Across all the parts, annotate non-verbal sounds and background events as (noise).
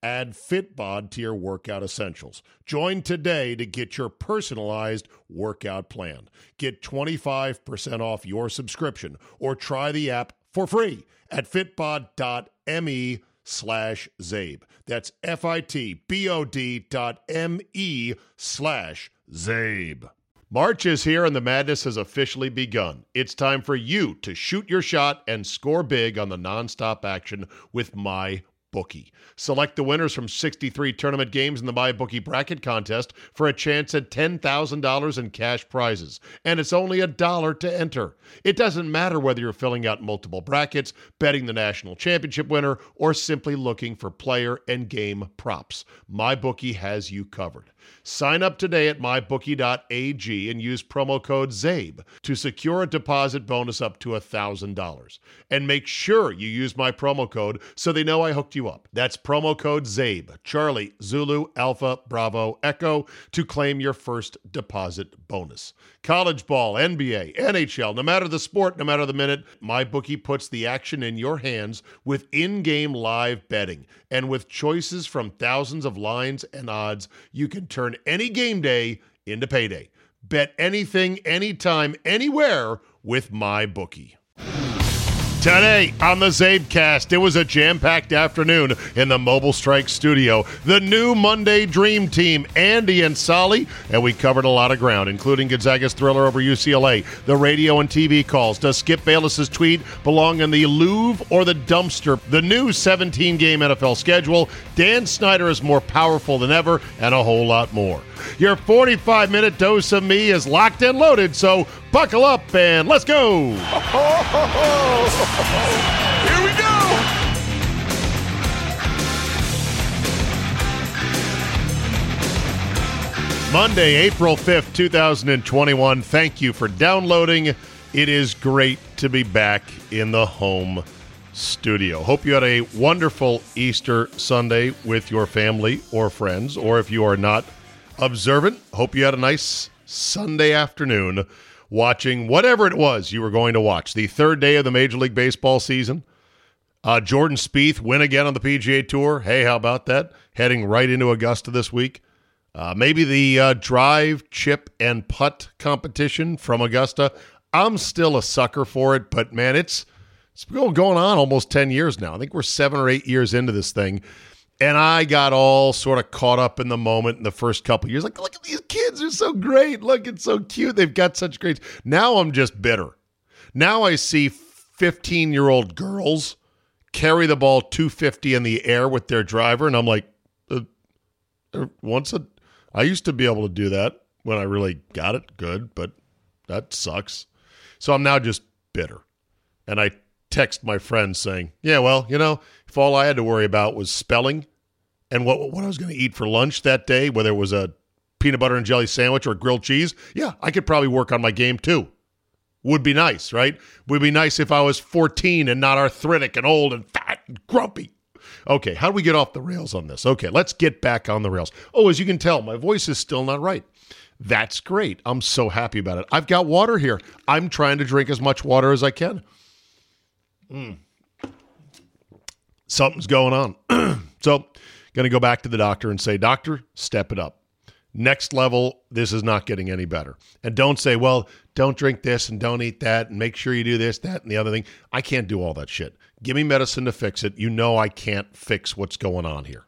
Add Fitbod to your workout essentials. Join today to get your personalized workout plan. Get 25% off your subscription or try the app for free at fitbod.me E slash Zabe. That's F-I-T-B-O-D dot M-E slash Zabe. March is here and the madness has officially begun. It's time for you to shoot your shot and score big on the nonstop action with my bookie. Select the winners from 63 tournament games in the MyBookie bracket contest for a chance at $10,000 in cash prizes, and it's only a dollar to enter. It doesn't matter whether you're filling out multiple brackets, betting the national championship winner, or simply looking for player and game props. MyBookie has you covered. Sign up today at mybookie.ag and use promo code ZABE to secure a deposit bonus up to $1,000. And make sure you use my promo code so they know I hooked you up. That's promo code ZABE, Charlie, Zulu, Alpha, Bravo, Echo to claim your first deposit bonus. College ball, NBA, NHL, no matter the sport, no matter the minute, MyBookie puts the action in your hands with in game live betting. And with choices from thousands of lines and odds, you can turn any game day into payday. Bet anything, anytime, anywhere with my bookie. Today on the Zabecast, it was a jam-packed afternoon in the Mobile Strike studio. The new Monday Dream Team, Andy and Solly, and we covered a lot of ground, including Gonzaga's thriller over UCLA, the radio and TV calls. Does Skip Bayless's tweet belong in the Louvre or the dumpster? The new 17-game NFL schedule. Dan Snyder is more powerful than ever, and a whole lot more. Your 45-minute dose of me is locked and loaded, so buckle up and let's go. Here we go. Monday, April 5th, 2021. Thank you for downloading. It is great to be back in the home studio. Hope you had a wonderful Easter Sunday with your family or friends, or if you are not observant, hope you had a nice Sunday afternoon watching whatever it was you were going to watch. The third day of the Major League Baseball season. Uh, Jordan Spieth win again on the PGA Tour. Hey, how about that? Heading right into Augusta this week. Uh, maybe the uh, drive, chip, and putt competition from Augusta. I'm still a sucker for it, but man, it's it's been going on almost ten years now. I think we're seven or eight years into this thing, and I got all sort of caught up in the moment in the first couple years. Like, look at these kids; they're so great. Look, it's so cute. They've got such great. Now I'm just bitter. Now I see 15 year old girls carry the ball 250 in the air with their driver, and I'm like, uh, uh, once a I used to be able to do that when I really got it good, but that sucks. So I'm now just bitter. And I text my friend saying, Yeah, well, you know, if all I had to worry about was spelling and what what I was going to eat for lunch that day, whether it was a peanut butter and jelly sandwich or grilled cheese, yeah, I could probably work on my game too. Would be nice, right? Would be nice if I was 14 and not arthritic and old and fat and grumpy. Okay, how do we get off the rails on this? Okay, let's get back on the rails. Oh, as you can tell, my voice is still not right. That's great. I'm so happy about it. I've got water here. I'm trying to drink as much water as I can. something's going on. (clears throat) so, going to go back to the doctor and say, Doctor, step it up. Next level, this is not getting any better. And don't say, well, don't drink this and don't eat that and make sure you do this, that, and the other thing. I can't do all that shit. Give me medicine to fix it. You know I can't fix what's going on here.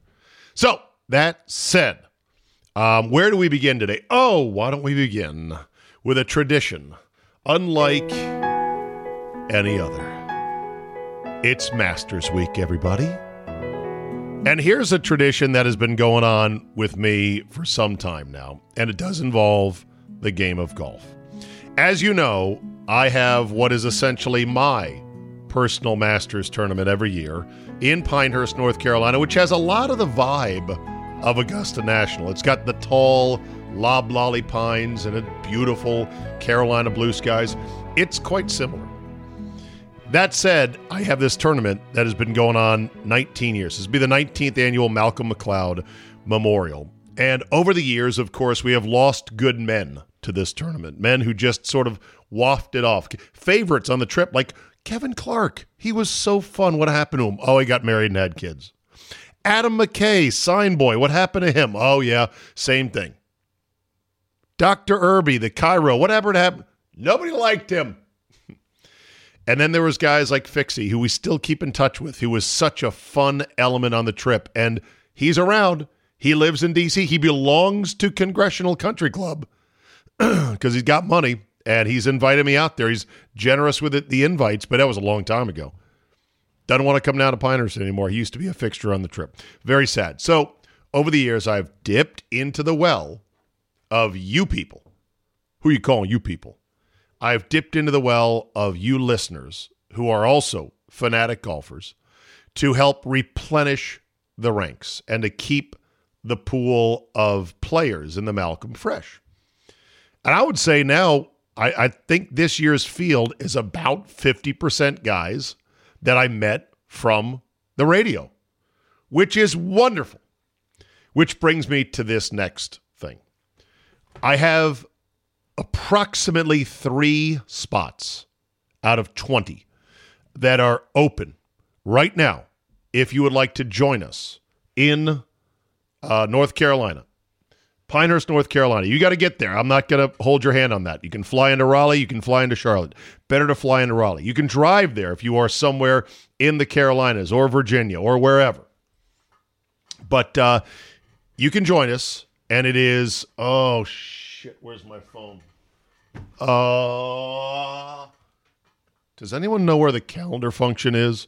So, that said, um, where do we begin today? Oh, why don't we begin with a tradition unlike any other? It's Masters Week, everybody. And here's a tradition that has been going on with me for some time now, and it does involve the game of golf. As you know, I have what is essentially my personal Masters tournament every year in Pinehurst, North Carolina, which has a lot of the vibe of Augusta National. It's got the tall loblolly pines and a beautiful Carolina blue skies. It's quite similar. That said, I have this tournament that has been going on 19 years. This will be the 19th annual Malcolm McLeod Memorial. And over the years, of course, we have lost good men to this tournament, men who just sort of wafted off. Favorites on the trip, like Kevin Clark. He was so fun. What happened to him? Oh, he got married and had kids. Adam McKay, sign boy. What happened to him? Oh, yeah, same thing. Dr. Irby, the Cairo, whatever it happened. Nobody liked him. And then there was guys like Fixie, who we still keep in touch with, who was such a fun element on the trip. And he's around. He lives in D.C. He belongs to Congressional Country Club (clears throat) because he's got money and he's invited me out there. He's generous with it, the invites, but that was a long time ago. Doesn't want to come down to Pinehurst anymore. He used to be a fixture on the trip. Very sad. So over the years, I've dipped into the well of you people. Who you calling you people? I've dipped into the well of you listeners who are also fanatic golfers to help replenish the ranks and to keep the pool of players in the Malcolm fresh. And I would say now, I, I think this year's field is about 50% guys that I met from the radio, which is wonderful. Which brings me to this next thing. I have approximately three spots out of 20 that are open right now if you would like to join us in uh, North Carolina. Pinehurst, North Carolina. You got to get there. I'm not going to hold your hand on that. You can fly into Raleigh. You can fly into Charlotte. Better to fly into Raleigh. You can drive there if you are somewhere in the Carolinas or Virginia or wherever. But uh, you can join us, and it is, oh, shit, where's my phone? Uh, does anyone know where the calendar function is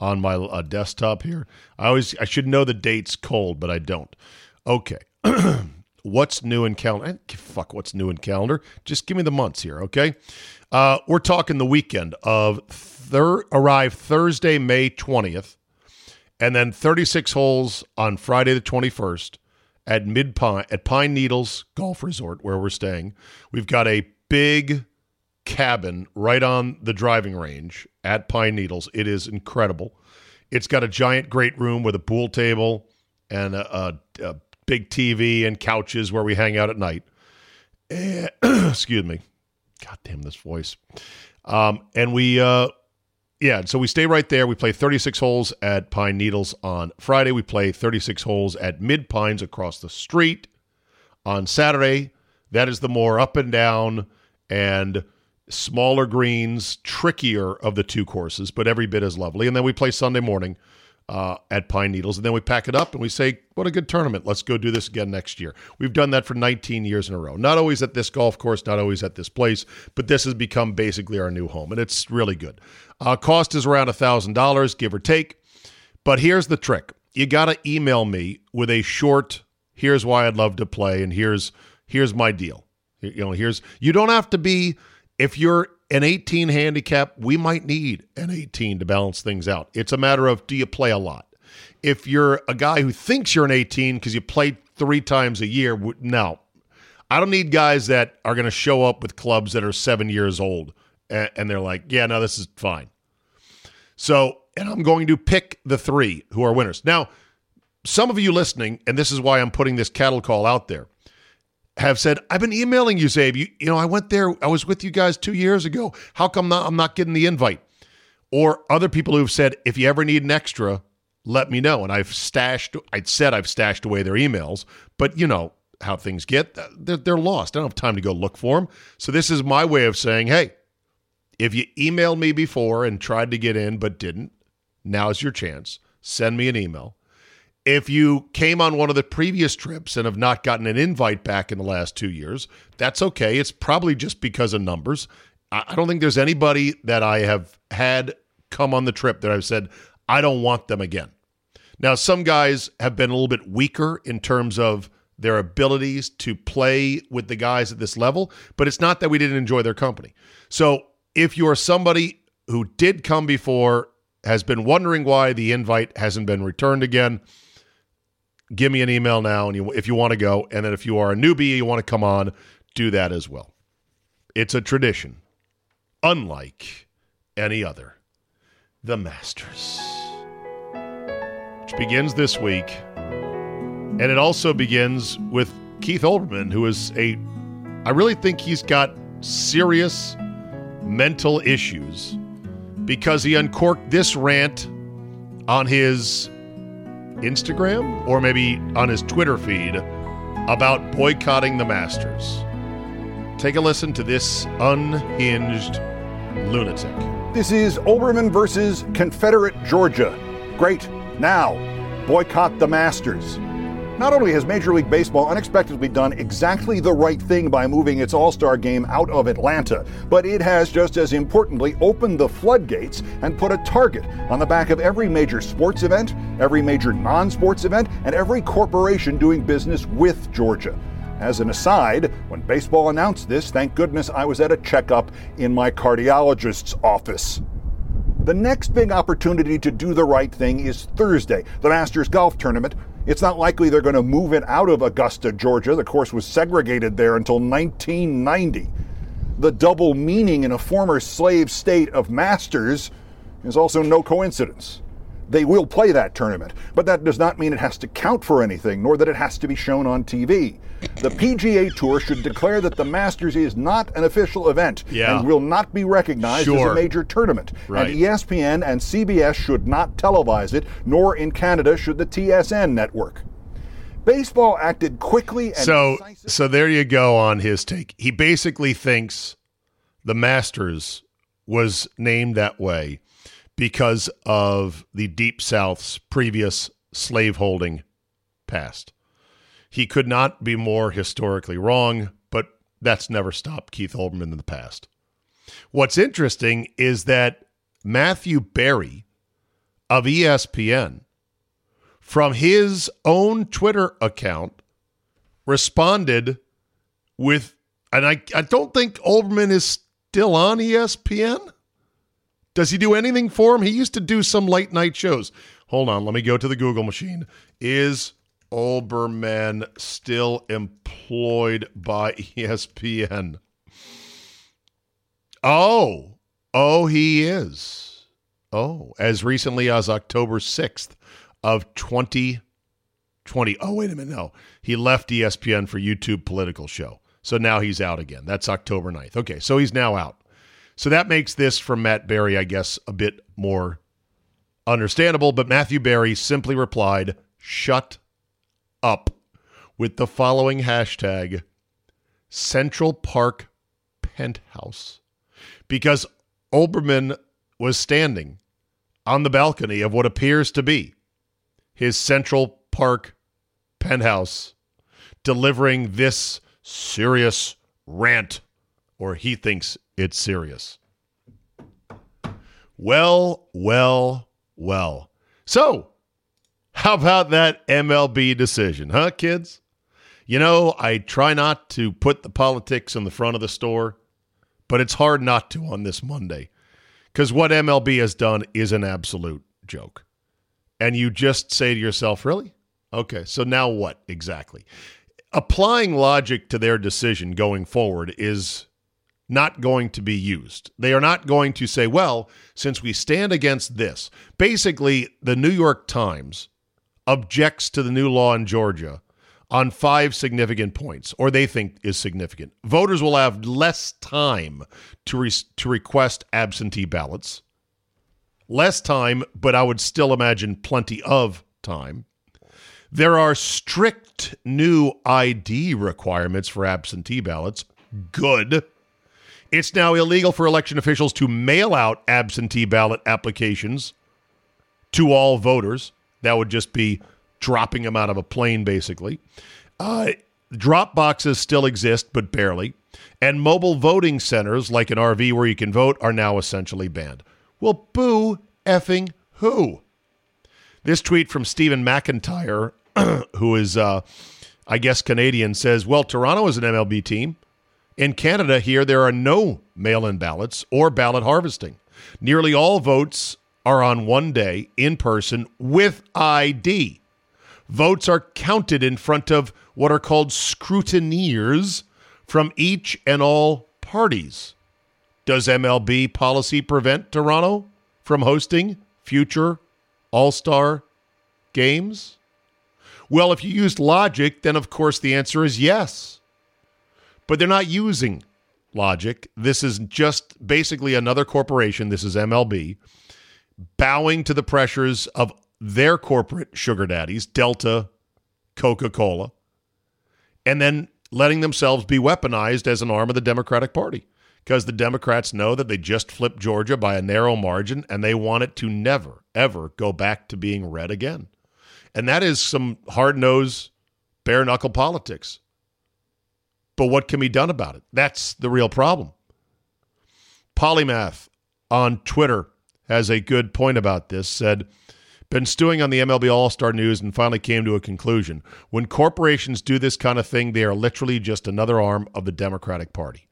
on my uh, desktop here? I always I should know the dates cold, but I don't. Okay. (clears throat) what's new in calendar? Fuck, what's new in calendar? Just give me the months here, okay? Uh, we're talking the weekend of thir- arrive Thursday, May twentieth, and then thirty six holes on Friday the twenty first at Mid Pine at Pine Needles Golf Resort where we're staying. We've got a big cabin right on the driving range at Pine Needles. It is incredible. It's got a giant great room with a pool table and a, a, a big TV and couches where we hang out at night. Eh, (clears throat) excuse me. God damn this voice. Um, and we uh yeah, so we stay right there. We play 36 holes at Pine Needles on Friday. We play 36 holes at Mid Pines across the street on Saturday. That is the more up and down and smaller greens, trickier of the two courses, but every bit as lovely. And then we play Sunday morning uh, at Pine Needles. And then we pack it up and we say, what a good tournament. Let's go do this again next year. We've done that for 19 years in a row. Not always at this golf course, not always at this place, but this has become basically our new home. And it's really good. Uh, cost is around $1,000, give or take. But here's the trick you got to email me with a short, here's why I'd love to play, and here's here's my deal. You know, here's you don't have to be if you're an 18 handicap, we might need an 18 to balance things out. It's a matter of do you play a lot? If you're a guy who thinks you're an 18 because you play three times a year, w- no. I don't need guys that are going to show up with clubs that are seven years old and, and they're like, yeah, no, this is fine. So, and I'm going to pick the three who are winners. Now, some of you listening, and this is why I'm putting this cattle call out there have said, I've been emailing you, Zabe. You, you know, I went there, I was with you guys two years ago. How come not, I'm not getting the invite? Or other people who've said, if you ever need an extra, let me know. And I've stashed, I said I've stashed away their emails, but you know how things get. They're, they're lost. I don't have time to go look for them. So this is my way of saying, hey, if you emailed me before and tried to get in but didn't, now's your chance. Send me an email if you came on one of the previous trips and have not gotten an invite back in the last two years, that's okay. It's probably just because of numbers. I don't think there's anybody that I have had come on the trip that I've said, I don't want them again. Now, some guys have been a little bit weaker in terms of their abilities to play with the guys at this level, but it's not that we didn't enjoy their company. So if you're somebody who did come before, has been wondering why the invite hasn't been returned again, give me an email now and you, if you want to go. And then if you are a newbie, you want to come on, do that as well. It's a tradition, unlike any other. The Masters, which begins this week. And it also begins with Keith Olbermann, who is a, I really think he's got serious mental issues because he uncorked this rant on his Instagram or maybe on his Twitter feed about boycotting the Masters. Take a listen to this unhinged lunatic. This is Oberman versus Confederate Georgia. Great. Now, boycott the Masters. Not only has Major League Baseball unexpectedly done exactly the right thing by moving its All Star game out of Atlanta, but it has just as importantly opened the floodgates and put a target on the back of every major sports event, every major non sports event, and every corporation doing business with Georgia. As an aside, when baseball announced this, thank goodness I was at a checkup in my cardiologist's office. The next big opportunity to do the right thing is Thursday, the Masters Golf Tournament. It's not likely they're going to move it out of Augusta, Georgia. The course was segregated there until 1990. The double meaning in a former slave state of Masters is also no coincidence. They will play that tournament, but that does not mean it has to count for anything, nor that it has to be shown on TV. The PGA Tour should declare that the Masters is not an official event Yeah. and will not be recognized as Sure. a major tournament. Right. And E ESPN and CBS should not televise it, nor in Canada should the TSN network. Baseball acted quickly and so decisively. so there you go on his take. He basically thinks the Masters was named that way because of the Deep South's previous slaveholding past. He could not be more historically wrong, but that's never stopped Keith Olbermann in the past. What's interesting is that Matthew Berry of E ESPN, from his own Twitter account, responded with, and I, I don't think Olbermann is still on E ESPN. Does he do anything for him? He used to do some late night shows. Hold on, let me go to the Google machine. Is Olbermann still employed by E ESPN? Oh, oh, he is. Oh, as recently as October 6th of 20- 20 oh wait a minute no he left E espn for youtube political show so now he's out again that's october 9th okay so he's now out so that makes this from matt berry i guess a bit more understandable but matthew berry simply replied shut up with the following hashtag central park penthouse because olbermann was standing on the balcony of what appears to be his Central Park penthouse, delivering this serious rant, or he thinks it's serious. Well, well, well. So, how about that MLB decision, huh, kids? You know, I try not to put the politics in the front of the store, but it's hard not to on this Monday because what MLB has done is an absolute joke and you just say to yourself, really? Okay, so now what exactly? Applying logic to their decision going forward is not going to be used. They are not going to say, well, since we stand against this, basically, the New York Times objects to the new law in Georgia on five significant points, or they think is significant. Voters will have less time to, re- to request absentee ballots less time, but I would still imagine plenty of time. There are strict new ID requirements for absentee ballots. Good. It's now illegal for election officials to mail out absentee ballot applications to all voters. That would just be dropping them out of a plane, basically. Uh, drop boxes still exist, but barely. And mobile voting centers, like an RV where you can vote, are now essentially banned. Well, boo effing who? This tweet from Stephen McIntyre, (clears throat) who is, uh, I guess, Canadian, says, Well, Toronto is an MLB team. In Canada, here, there are no mail in ballots or ballot harvesting. Nearly all votes are on one day in person with ID. Votes are counted in front of what are called scrutineers from each and all parties. Does MLB policy prevent Toronto from hosting future All Star games? Well, if you used logic, then of course the answer is yes. But they're not using logic. This is just basically another corporation. This is MLB bowing to the pressures of their corporate sugar daddies, Delta, Coca Cola, and then letting themselves be weaponized as an arm of the Democratic Party because the Democrats know that they just flipped Georgia by a narrow margin and they want it to never, ever go back to being red again. And that is some hard nosed, bare knuckle politics. But what can be done about it? That's the real problem. Polymath on Twitter has a good point about this said, been stewing on the MLB All Star news and finally came to a conclusion. When corporations do this kind of thing, they are literally just another arm of the Democratic Party.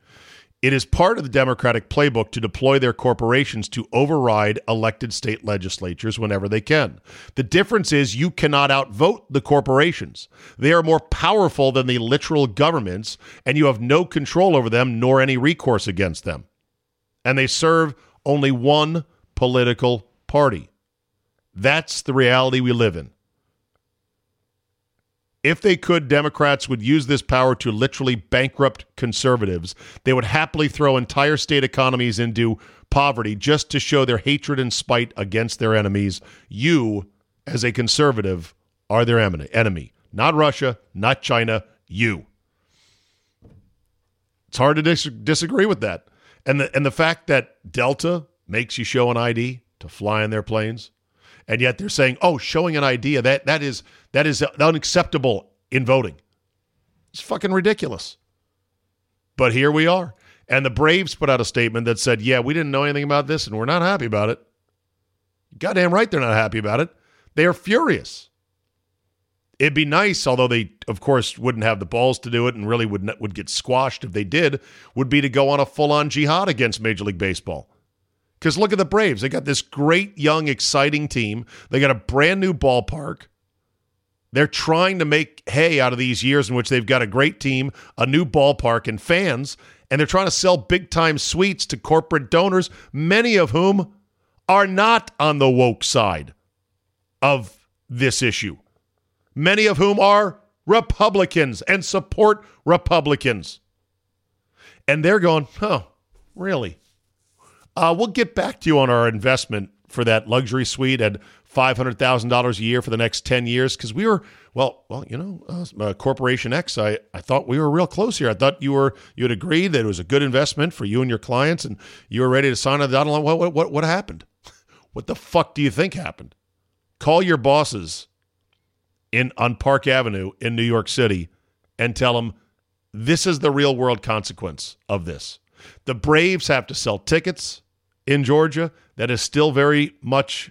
It is part of the Democratic playbook to deploy their corporations to override elected state legislatures whenever they can. The difference is you cannot outvote the corporations. They are more powerful than the literal governments, and you have no control over them nor any recourse against them. And they serve only one political party. That's the reality we live in. If they could, Democrats would use this power to literally bankrupt conservatives. They would happily throw entire state economies into poverty just to show their hatred and spite against their enemies. You, as a conservative, are their enemy. Not Russia, not China, you. It's hard to dis- disagree with that. And the, and the fact that Delta makes you show an ID to fly in their planes, and yet they're saying, "Oh, showing an idea that that is that is unacceptable in voting." It's fucking ridiculous. But here we are, and the Braves put out a statement that said, "Yeah, we didn't know anything about this, and we're not happy about it." Goddamn right, they're not happy about it. They are furious. It'd be nice, although they, of course, wouldn't have the balls to do it, and really would not, would get squashed if they did. Would be to go on a full on jihad against Major League Baseball. Because look at the Braves. They got this great, young, exciting team. They got a brand new ballpark. They're trying to make hay out of these years in which they've got a great team, a new ballpark, and fans. And they're trying to sell big time suites to corporate donors, many of whom are not on the woke side of this issue, many of whom are Republicans and support Republicans. And they're going, oh, really? Uh, we'll get back to you on our investment for that luxury suite at five hundred thousand dollars a year for the next ten years because we were well, well, you know, uh, uh, Corporation X. I I thought we were real close here. I thought you were you had agreed that it was a good investment for you and your clients, and you were ready to sign on the dotted line. What what what, what happened? (laughs) What the fuck do you think happened? Call your bosses in on Park Avenue in New York City and tell them this is the real world consequence of this. The Braves have to sell tickets in Georgia. That is still very much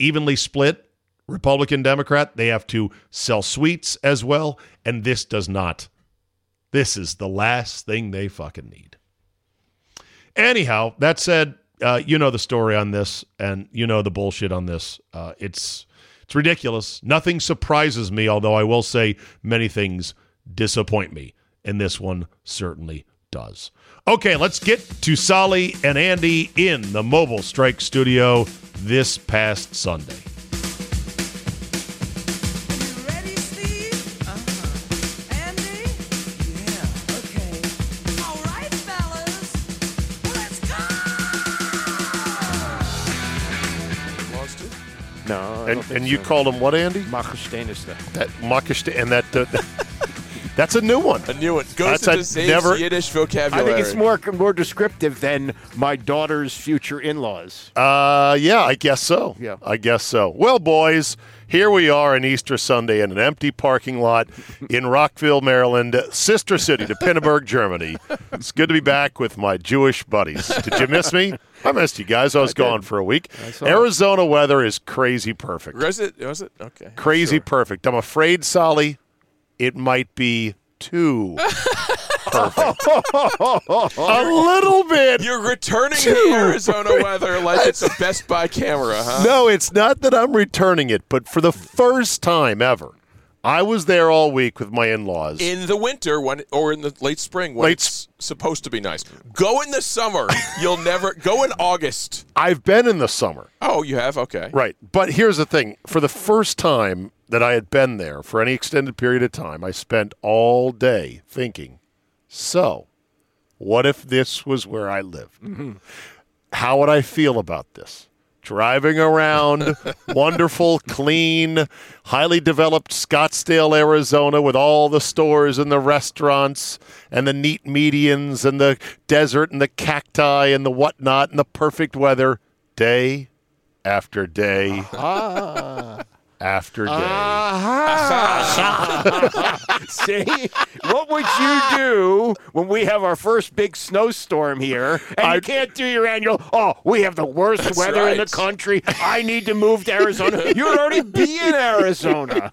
evenly split Republican Democrat. They have to sell suites as well. And this does not. This is the last thing they fucking need. Anyhow, that said, uh, you know the story on this, and you know the bullshit on this. Uh, it's it's ridiculous. Nothing surprises me, although I will say many things disappoint me, and this one certainly does. Okay, let's get to Solly and Andy in the Mobile Strike Studio this past Sunday. No, I And, don't think and you so. called him what, Andy? Machstein is that. That Makashta, and that, (laughs) uh, that's a new one. I knew it. Goes That's into a- Zave's never- Yiddish I vocabulary. think it's more more descriptive than my daughter's future in-laws. Uh, yeah, I guess so. Yeah. I guess so. Well, boys, Here we are on Easter Sunday in an empty parking lot in Rockville, Maryland, sister city to Pinneberg, Germany. It's good to be back with my Jewish buddies. Did you miss me? I missed you guys. I was gone for a week. Arizona weather is crazy perfect. Was it? Was it? Okay. Crazy perfect. I'm afraid, Solly, it might be (laughs) too perfect. a little bit. You're returning the Arizona weather like it's a Best Buy camera, huh? No, it's not that I'm returning it, but for the first time ever, I was there all week with my in-laws. In the winter, when or in the late spring, when Late it's supposed to be nice. Go in (laughs) the summer. You'll never go in August. I've been in the summer, Oh, you have okay. right? But here's the thing: for the first time that I had been there for any extended period of time, I spent all day thinking. So, what if this was where I lived? How would I feel about this? Driving around, wonderful, clean, highly developed Scottsdale, Arizona, with all the stores and the restaurants and the neat medians and the desert and the cacti and the whatnot and the perfect weather day after day Ah. after day. (laughs) (laughs) Ah. See, what would you do when we have our first big snowstorm here and I- you can't do your annual? Oh, we have the worst weather in the right. country. I need to move to Arizona. You'd already be (laughs) in Arizona.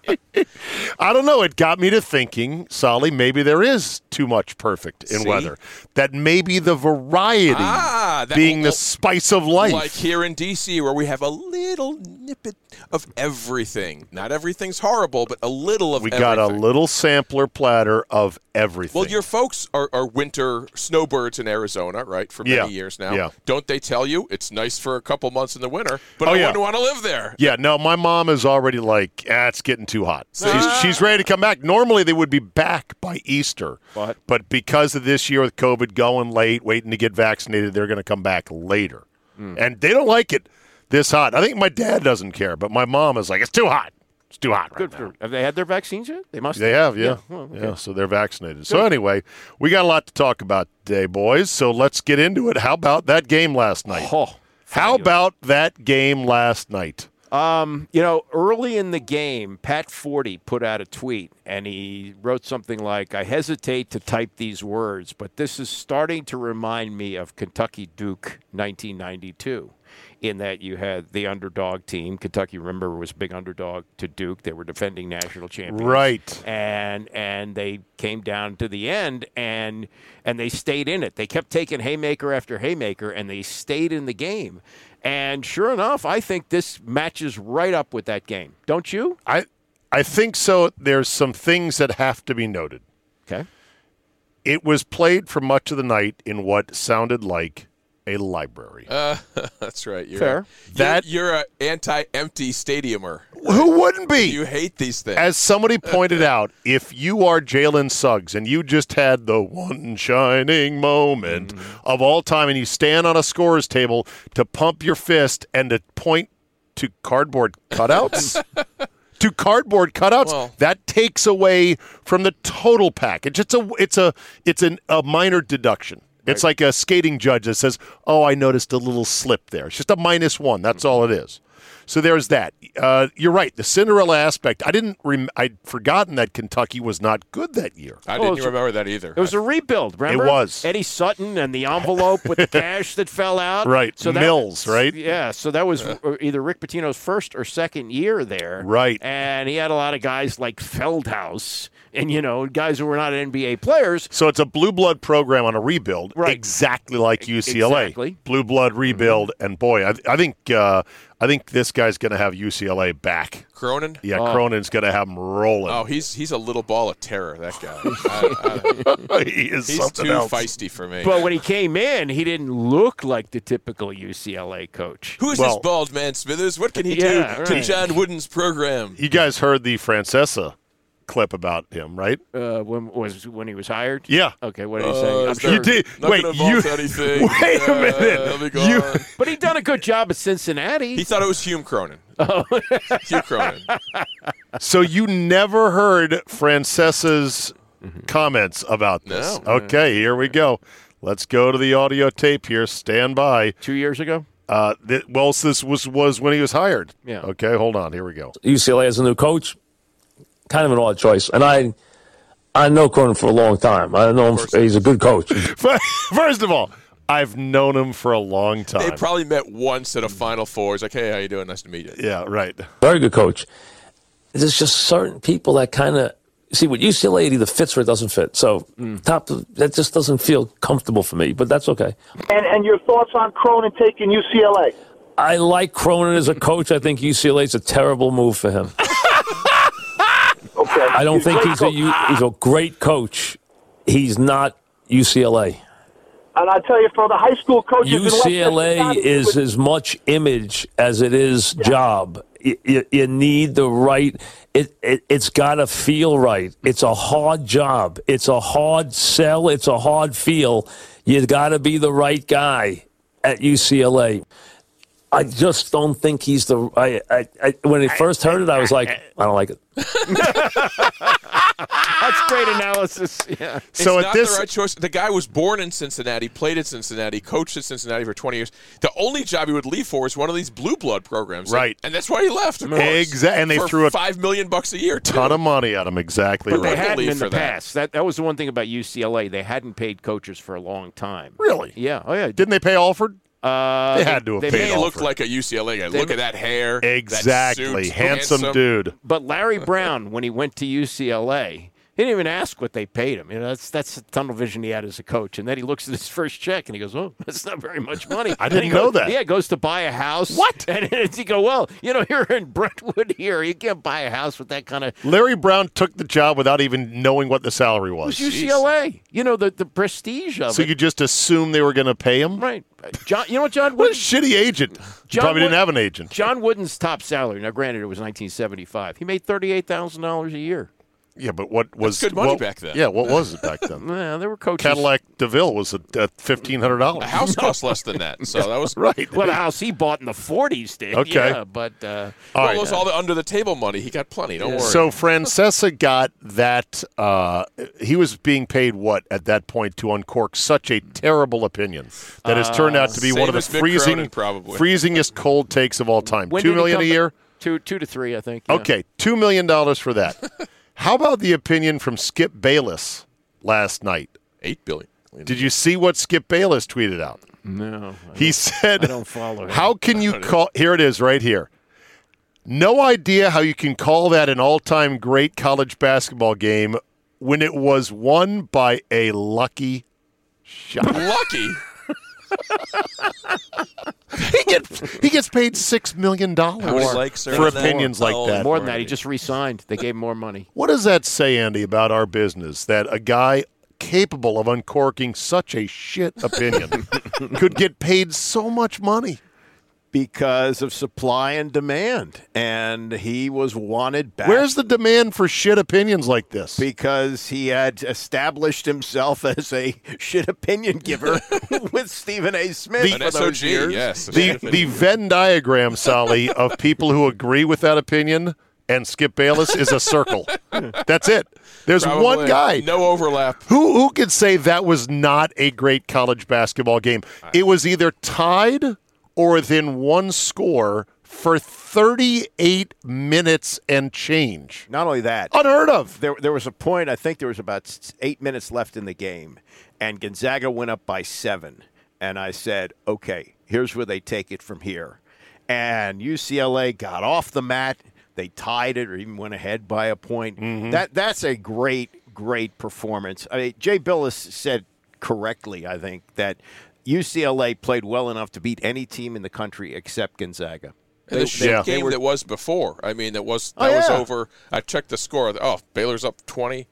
I don't know. It got me to thinking, Solly, maybe there is too much perfect in See? weather. That maybe the variety Ah, that- being the spice of life. Like here in DC, where we have a little nippet of everything. Not everything's horrible, but a little of we everything. got a little sampler platter of everything. Well, your folks are, are winter snowbirds in Arizona, right? For many Yeah. years now. Yeah. Don't they tell you it's nice for a couple months in the winter, but Oh, I yeah. wouldn't want to live there. yeah, no, my mom is already like, ah, it's getting too hot. Ah. She's, she's ready to come back. Normally, they would be back by Easter. But- but because of this year with COVID going late, waiting to get vaccinated, they're going to come back later. Hmm. And they don't like it this hot. I think my dad doesn't care, but my mom is like, it's too hot. It's too hot. Right Good now. for, have they had their vaccines yet? They must. They have, yeah. Yeah, well, okay. so they're vaccinated. So anyway, we got a lot to talk about today, boys. So let's get into it. How about that game last night? Oh, How about that game last night? Um, you know, early in the game, Pat Forty put out a tweet and he wrote something like, I hesitate to type these words, but this is starting to remind me of Kentucky Duke 1992, in that you had the underdog team. Kentucky, remember, was big underdog to Duke. They were defending national champions Right. and and they came down to the end and and they stayed in it. They kept taking haymaker after haymaker and they stayed in the game. And sure enough, I think this matches right up with that game. Don't you? I I think so. There's some things that have to be noted. Okay. It was played for much of the night in what sounded like a library. Uh, (laughs) That's right. You're Fair. that That- you're a anti-empty stadiumer. Who wouldn't be? You hate these things. Uh, As (laughs) somebody pointed out, if you are Jalen Suggs and you just had the one shining moment of all time and you stand on a scorer's table to pump your fist and to point to cardboard cutouts, to cardboard cutouts, Well- that takes away from the total package. It's a it's a it's an, a minor deduction. It's like a skating judge that says, "Oh, I noticed a little slip there." It's just a minus one. That's all it is. So there's that. Uh, you're right. The Cinderella aspect. I didn't. Rem- I'd forgotten that Kentucky was not good that year. I Oh, didn't it's- remember that either. It was a rebuild, remember? was. Eddie Sutton and the envelope (laughs) with the cash that fell out. Right. Mills, right? Yeah. So that was either Rick Pitino's first or second year there. Right. And he had a lot of guys like Feldhouse and, you know, guys who were not NBA players. So it's a blue blood program on a (laughs) rebuild, Right. E, exactly like UCLA. exactly. Blue blood rebuild, and boy, I, I think uh, I think this guy's going to have UCLA back. Cronin. Yeah, Oh. Cronin's going to have him rolling. Oh, he's he's a little ball of terror. That (laughs) guy. I, I, he is Uh, he's something too else. feisty for me. But when he came in, he didn't look like the typical UCLA coach. Who is well- this bald man, Smithers? What can he Yeah, do to right. John Wooden's program? You guys heard the Francesa clip about him, right? Uh, when was when he was hired? Yeah. Okay, what did he say? Uh, I'm is sure. You did. Not wait, gonna you. vault (laughs) anything. Wait a Uh, minute. let me You- go on. (laughs) But he done a good job at Cincinnati. He thought it was Hume Cronin. Oh. Hume Cronin. So you never heard Francesa's Mm-hmm. comments about this? No. Okay, here we go. Let's go to the audio tape here. Stand by. Two years ago. Uh, th- Wells, this was was when he was hired. Yeah. Okay, hold on. Here we go. UCLA as a new coach, kind of an odd choice. And I, I know Cronin for a long time. I know him. For, he's a good coach. (laughs) First of all, I've known him for a long They time. probably met once at a Final Four. He's like, hey, how you doing? Nice to meet you. (laughs) yeah, right. Very good coach. There's just certain people that kind of see what UCLA it either fits or it doesn't fit. So Hmm. top that just doesn't feel comfortable for me. But that's okay. And, and your thoughts on Cronin taking UCLA? I like Cronin as a coach. I think UCLA is a terrible move for (laughs) him. Okay. I don't think he's a U- he's a great coach. He's not UCLA. And I tell you, for the high school coaches, in Westchester UCLA County, is as much image as it is job. You, you, you need the right. It, it it's got to feel right. It's a hard job. It's a hard sell. It's a hard feel. You got to be the right guy at UCLA. I just don't think he's the. I, I, I when I first heard it, I was like, I don't like it. That's great (laughs) analysis. Yeah. So it's at not this, the right choice. The guy was born in Cincinnati, played at Cincinnati, coached at Cincinnati for 20 years. The only job he would leave for is one of these blue blood programs, Like- Right. and that's why he left. Of course. Exact- and they For threw a five million bucks a year. Too. ton of money at him. Exactly But right. they They Right. hadn't Leave in the for that. past. That that was the one thing about UCLA. They hadn't paid coaches for a long time. Really? Yeah. Oh yeah. Didn't they pay Alford? Uh, They had to have they paid He made- off. looked like a UCLA guy. Look at that hair. that Exactly. suit, handsome, dude. But Larry Brown, when he went to UCLA, he didn't even ask what they paid him. You know, that's that's the tunnel vision he had as a coach. And then he looks at his (laughs) first check and he goes, "Oh, that's not very much money." I didn't know that. Yeah, goes to buy a house. What? (laughs) And he go, "Well, you know, (laughs) you're in Brentwood here. You can't buy a house with that kind of." Larry Brown took the job without even knowing what the salary It was was. UCLA. You know the the prestige of So it. you just assumed they were going to pay him? right, Uh, John. You know what John (laughs) What a Wooden shitty agent. He John probably didn't Wood- have an agent. John Wooden's top salary. Now, granted, it was 1975. He made thirty-eight thousand dollars a year. Yeah, but what was good money what- back then. Yeah, what was it (laughs) back then? Yeah, there were coaches. Cadillac DeVille was at fifteen hundred dollars. A house costs less than that, so that (laughs) was right? Well, the house he bought in the 40s did. Okay. Yeah, but uh, All, All right. those, all the under the table money. He got plenty. Don't worry. So Francesa got that. Uh, he was being paid what at that point to uncork such a terrible opinion that has turned out to be Uh, same one of the as Mick freezing, Cronin, probably. freezingest cold takes of all time. when two did he million a come year. back? Two, two to three, I think. yeah. Okay, two million dollars for that. How about the opinion from Skip Bayless last night? Eight billion. Did you see what Skip Bayless tweeted out? No. He said, I don't follow him. How (laughs) can you call? Here it is, right here. No idea how you can call that an all time great college basketball game when it was won by a lucky (laughs) shot. Lucky. (laughs) he, gets, he gets paid $6 million for opinions like that. More than that, he just re-signed. They gave him more money. What does that say, Andy, about our business that a guy capable of uncorking such a shit (laughs) opinion could get paid (laughs) so much money? because of supply and demand, and he was wanted back. Where's the demand for shit opinions like this? because he had established himself as a (laughs) shit opinion (laughs) giver with Stephen A. Smith The- for An those SOG. years. Yes. the the Venn diagram, Sally, of people who agree with that opinion and Skip Bayless is a circle. That's it. There's Probably. one guy No overlap. who who could say that was not a great college basketball game. It was either tied or within one score for 38 minutes and change. Not only that, Unheard of. there, there was a point, I think there was about s- eight minutes left in the game, and Gonzaga went up by seven. And I said, okay, here's where they take it from here. And UCLA got off the mat. They tied it or even went ahead by a point. Mm-hmm. That That's a great, great performance. I mean, Jay Billis said correctly, I think, that UCLA played well enough to beat any team in the country except Gonzaga. And the shit yeah. game that was before. I mean, that was that Oh, was yeah. over. I checked the score. Oh, Baylor's up twenty.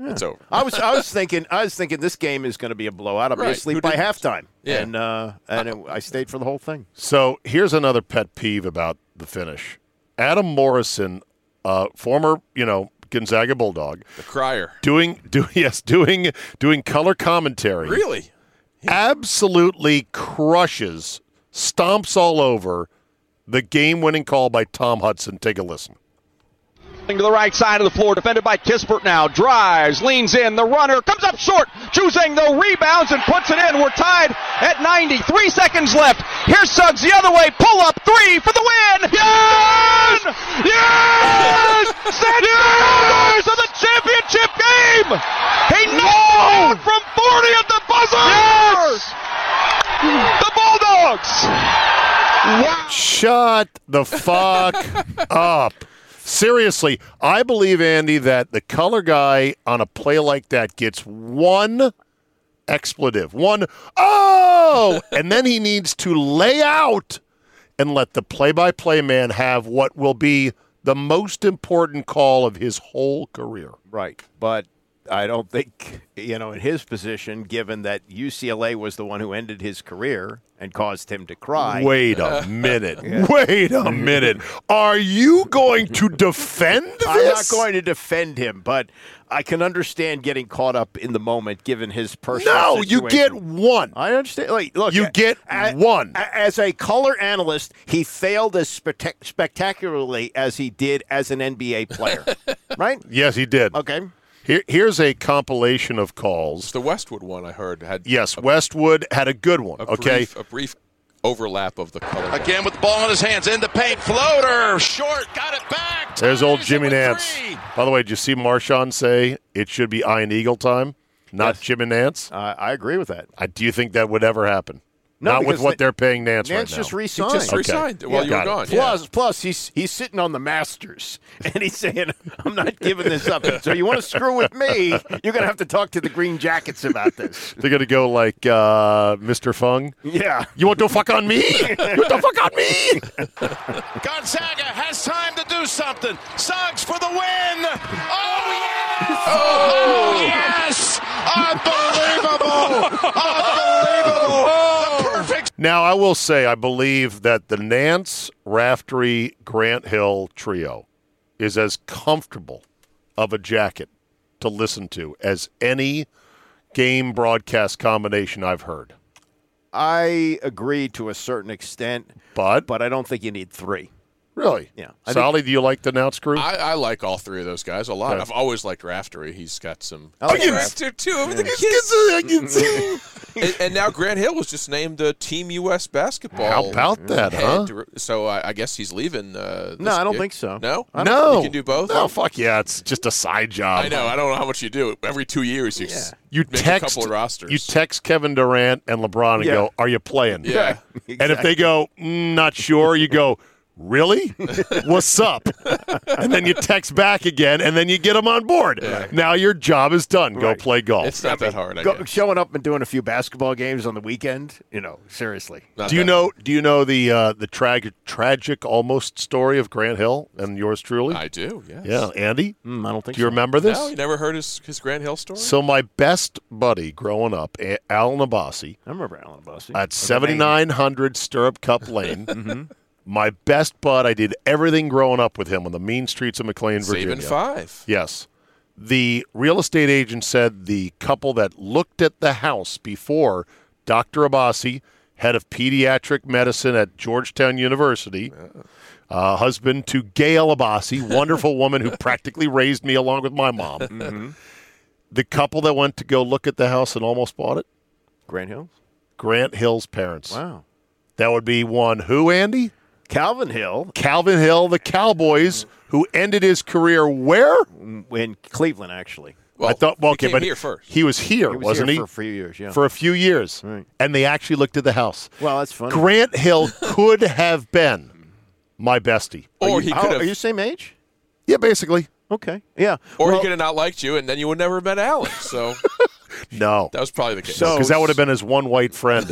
It's over. I was I (laughs) was thinking I was thinking this game is going to be a blowout. I'll be Right. asleep Who by didn't? halftime, Yeah. and uh, and it, I stayed for the whole thing. So here's another pet peeve about the finish. Adam Morrison, uh, former, you know, Gonzaga Bulldog, The crier. doing (laughs) do yes doing doing color commentary Really? absolutely crushes stomps all over the game winning call by Tom Hudson take a listen To the right side of the floor, defended by Kispert now. Drives, leans in, the runner comes up short. Choosing the rebounds and puts it in. We're tied at 93 seconds left. Here's Suggs the other way. Pull up three for the win. Yes! Yes! Zach Rivers of the championship game! He knocked it out from 40 at the buzzer! The Bulldogs! Shut the fuck up. Seriously, I believe, Andy, that the color guy on a play like that gets one expletive, one, oh, and then he needs to lay out and let the play by play man have what will be the most important call of his whole career. Right. But I don't think, you know, in his position, given that UCLA was the one who ended his career and caused him to cry. Wait (laughs) a minute. Wait a minute. Are you going to defend this? (laughs) I'm not going to defend him, but I can understand getting caught up in the moment given his personal No, you get situation. one. I understand. Like, look, You a- get a- one. a- As a color analyst, he failed as spectac- spectacularly as he did as an (laughs) NBA player, right? Yes, he did. Okay. Here, here's a compilation of calls. The Westwood one I heard had Yes, Westwood had a good one. a okay. brief, a brief overlap of the color. Again with the ball in his hands, in the paint, floater, short, got it back. There's old Jimmy Ties Nance. it with three. By the way, did you see Marshawn say it should be Iron Eagle time, not Jimmy Nance? Uh, I agree with that. I, do you think that would ever happen? No, not with because what they- they're paying Nance, Nance right just now. resigned. Just Okay. resigned while Yeah. you were Got gone. it. Yeah. Plus, plus he's he's sitting on the Masters, (laughs) and he's saying, "I'm not giving this (laughs) up." So you want to screw with me? You're gonna have to talk to the Green Jackets (laughs) about this. They're going to go like uh, Mr. Fung. Yeah, You want to fuck on (laughs) me? you want to fuck on me? Gonzaga has time to do something. Suggs for the win. Oh, yes! Oh, yes! Unbelievable! Unbelievable! The perfect Now, I will say, I believe that the Nance, Raftery, Grant Hill trio is as comfortable of a jacket to listen to as any game broadcast combination I've heard. I agree to a certain extent, But, but I don't think you need three. really, Yeah, I think- Sally, do you like the Nance crew? I, I like all three of those guys a lot. Okay. I've always liked Raftery. He's got some. I like Rafter too. I mean, the kid's- (laughs) and, and now Grant Hill was just named uh, Team U.S. basketball. How about that, huh? head. So I, I guess he's leaving. Uh, No, this I don't gig. think so. No, no, You can do both. No, fuck yeah, it's just a side job. I know. I don't know how much you do. Every two years, you s- You make text, a couple of rosters. you text Kevin Durant and LeBron and Yeah. go, "Are you playing?" Yeah. And if they go, "Mm, "Not sure," you go, "Really? What's up?" and then you text back again, and then you get them on board. Now your job is done. Go play golf. it's not that hard. I Go, guess. showing up and doing a few basketball games on the weekend, you know, seriously. Not do you that- know? Do you know the uh, the tragic, tragic, almost story of Grant Hill and yours truly? I do. Yes. yeah, Andy, Mm, I don't think do you remember this? No, you never heard his his Grant Hill story. So my best buddy growing up, A- Al Nabasi, so. I remember Alan Bussey. at 7900 Stirrup Cup Lane. My best bud. I did everything growing up with him on the mean streets of McLean, Virginia. Saving five. Yes. The real estate agent said the couple that looked at the house before Dr. Abbasi, head of pediatric medicine at Georgetown University, uh, husband to Gail Abbasi, wonderful woman who practically raised me along with my mom. The couple that went to go look at the house and almost bought it, Grant Hill. Grant Hill's parents. Wow. That would be one who, Andy? Calvin Hill Calvin Hill, the Cowboys, who ended his career where? in Cleveland, actually. Well, I thought, well, he okay, came but here first. he was here, He was wasn't he? here for a few years, yeah. For a few years. Right. And they actually looked at the house. well, that's funny. Grant Hill could have been my bestie. Or he How- could have. Are you same age? Yeah, basically. Okay. Yeah. Or Well, he could have not liked you, and then you would never have met Alan. So (laughs) No. that was probably the case. So- Because that would have been his one white (laughs) friend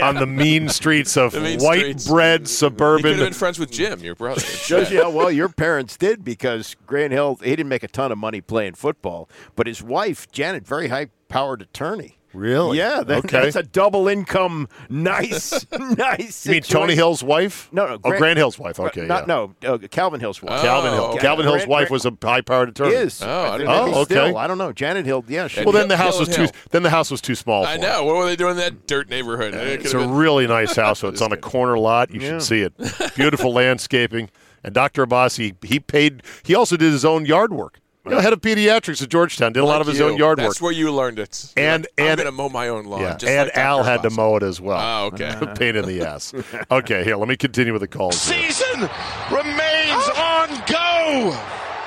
on the mean streets of The mean white streets. bread he could have suburban. been friends with Jim, your brother. (laughs) shows you how well your parents did because Grant Hill he didn't make a ton of money playing football, but his wife Janet, very high powered attorney. Really? Yeah, that, Okay. that's a double income, (laughs) nice, nice. You mean Tony situation. Hill's wife? No, no, oh, Grant- Grant Hill's wife. Okay, Not yeah. no, uh, Calvin Hill's wife. Oh. Calvin Hill. okay. Calvin Hill's Grant- wife was a high-powered attorney. Is Oh, I didn't know. Maybe Oh, okay. still, I don't know. Janet Hill, yeah. She, And- Well, then the Hill- house was Hill- too. Then the house was too small. For I him. know. What were they doing in that dirt neighborhood? It could It's (laughs) have a been- really nice house. So it's on a corner lot. You Yeah. (laughs) should see it. Beautiful landscaping. And Dr. Abbas, he, he paid, he also did his own yard work. You know, head of pediatrics at Georgetown did a lot of his You. own yard That's work. where you learned it. You're And- like, and- I'm gonna mow my own lawn. yeah, just and like Dr. Al had to Abbas. mow it as well. Oh, okay. (laughs) Pain in (laughs) the ass. Okay, here, let me continue with the calls. here. Season remains on go.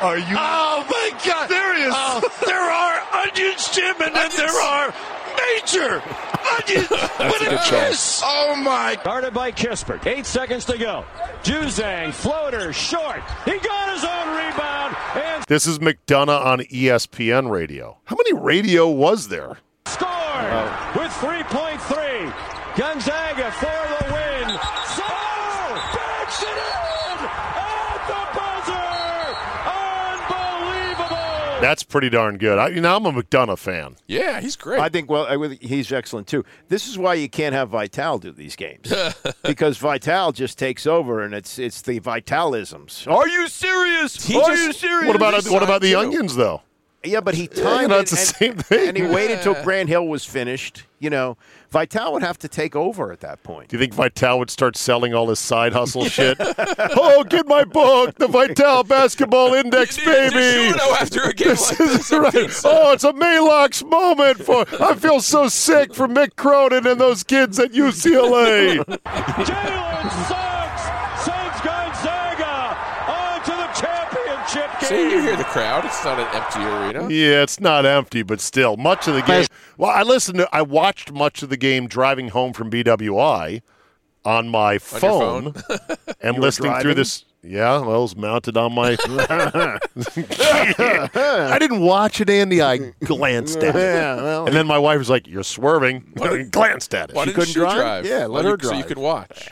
Are you Oh my God! There he is. Uh, there are onions, Jim, and then there are major onions. What a good is show. this? Oh my! Guarded by Kispert. Eight seconds to go. Juzang, floater, short. He got his own rebound and This is McDonough on E ESPN radio. How many radio was there? scored with 3.3. Gonzaga for the win. Solo banks it in at the buzzer. Unbelievable. That's pretty darn good. I, you know, I'm a McDonough fan. Yeah, he's great. I think well, I, would- he's excellent too. This is why you can't have Vital do these (laughs) games because Vital just takes over, and it's it's the Vitalisms. Are you serious? He Are just- you serious? What about what about the too. onions though? Yeah, but he timed you know, it's it, the and, same thing. and he waited till (laughs) Grand Hill was finished. You know, Vital would have to take over at (laughs) that point. Do you think Vital would start selling all his side hustle (laughs) shit? oh, get my book, the Vital Basketball Index, (laughs) You didn't do baby. judo after a game This like is this. right. Pizza. Oh, it's a Malox moment for. I feel so sick for Mick Cronin and those kids at UCLA. (laughs) Jalen Suggs sends Gonzaga on to the championship game. See, you hear the crowd. It's not an empty arena. yeah, it's not empty, but still, much of the game. Well, I listened to, I watched much of the game driving home from BWI on my phone, (laughs) and listening through driving? this. Yeah, well, it was mounted on (laughs) my. I didn't watch it, Andy. I glanced at it. Yeah, well, And then my wife was like, "You're swerving." glanced at it. Why didn't couldn't you drive? drive? Yeah, let you- her So you drive. could watch.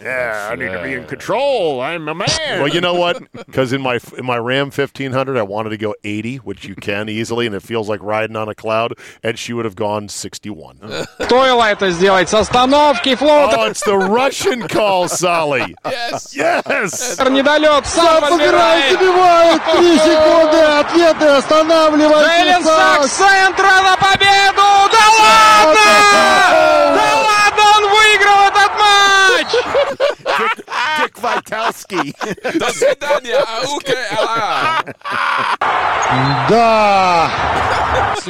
Yeah, I need to be in control. I'm a man. uh, Well, you know what? (laughs) Because in my in my Ram fifteen hundred, I wanted to go eighty, which you can easily, and it feels like riding on a cloud. And she would have gone sixty one. (laughs) Стоило это сделать с остановки флота. oh, it's the Russian call, Solly. Yes. Yes. Недолет сам отбирает. забивает три секунды. Ответы Джейлен Сакс центра на победу. Да ладно! Да ладно, он выиграл этот матч! Dick (laughs) (laughs) Vitalski. До свидания, (laughs) ауке, ала. А,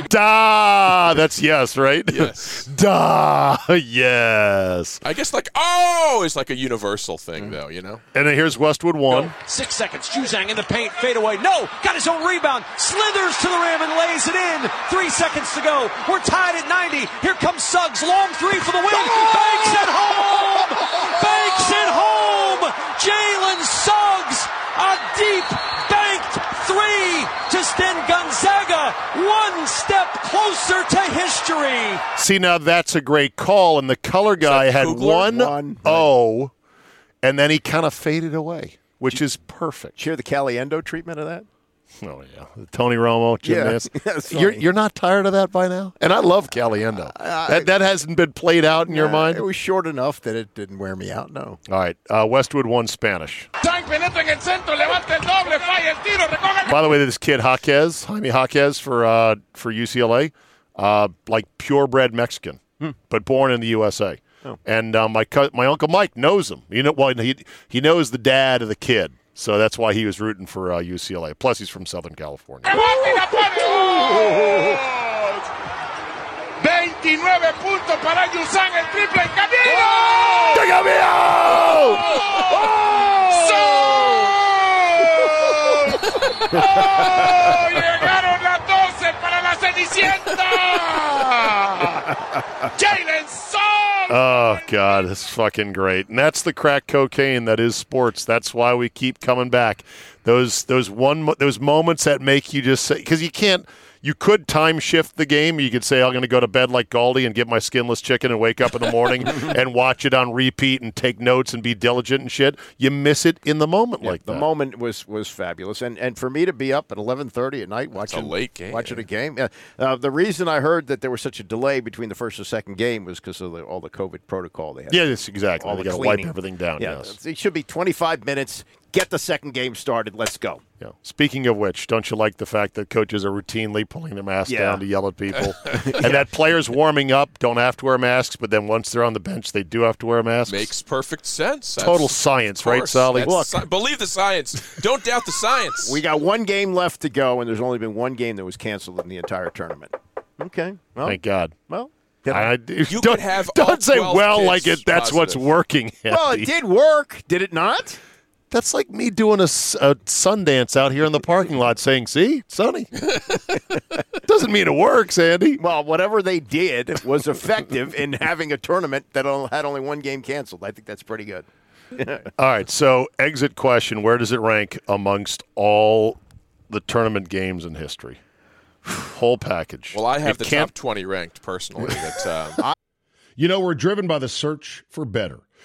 Da. That's yes, right? (laughs) Yes. Da. Yes. I guess like oh, it's like a universal thing though, you know. And then here's Westwood one. Six seconds. Juzang in the paint. Fade away. No. Got his own rebound. Slithers to the rim and lays it in. Three seconds to go. We're tied at 90. Here comes Suggs. Long three for the win. Banks it home. Banks it home. Jalen Suggs. A deep banked three to send Gonzaga one step closer to history. See, now that's a great call, and the color guy had Kugler? one One. O, and then he kind of faded away, which is perfect. Cheer the Caliendo treatment of that. Oh yeah, Tony Romo, Jim Yeah, Nance. (laughs) that's you're funny. you're not tired of that by now, and I love Caliendo. that that hasn't been played out in your mind. Uh, It was short enough that it didn't wear me out. No. All right, uh, Westwood won Spanish. By the way, this kid Jaquez, Jaime Jaquez for uh, for UCLA, uh, like purebred Mexican, Hmm. but born in the USA. Oh. And uh, my co- my uncle Mike knows him. You know, well he he knows the dad of the kid, so that's why he was rooting for uh, UCLA. Plus, he's from Southern California. 29 puntos para Yusan, el triple en camino. ¡Oh! ¡Sol! ¡Oh! Llegaron las 12 para la Cenicienta. Jalen Sol. Oh God, that's fucking great. And that's the crack cocaine that is sports. That's why we keep coming back. Those those one mo- those moments that make you just say because you can't. You could time shift the game. You could say I'm going to go to bed like Galdi and get my skinless chicken and wake up in the morning (laughs) and watch it on repeat and take notes and be diligent and shit. You miss it in the moment like the that. moment was was fabulous, and and for me to be up at eleven thirty at night watching late game. watching a game. yeah. Uh, the reason I heard that there was such a delay between the first and second game was because of the, all the COVID protocol they had. yeah, yes, exactly. all They the got to wipe cleaning. everything down. Yeah, yes. it should be twenty five minutes. Get the second game started. Let's go. Yeah. Speaking of which, don't you like the fact that coaches are routinely pulling their masks Yeah. down to yell at (laughs) people, and that players warming up don't have to wear masks, but then once they're on the bench, they do have to wear masks. Makes perfect sense. That's- Total science, of right, course. Sally? That's Look. sci- believe the science. Don't doubt the (laughs) science. We got one game left to go, and there's only been one game that was canceled in the entire tournament. Okay. Well, Thank God. well, I, (laughs) could don't have all don't say 12 well kids like it. That's what's positive. (laughs) working. well, Andy. it did work, did it (laughs) not? That's like me doing a, s- a Sundance out here in the parking lot saying, see, (laughs) sunny. Doesn't mean it works, Andy. Well, whatever they did was effective in having a tournament that on- had only one game canceled. I think that's pretty good. (laughs) All right, so exit question Where does it rank amongst all the tournament games in history? Whole package. Well, I have It the can't- top 20 ranked personally. (laughs) That, um, You know, we're driven by the search for better.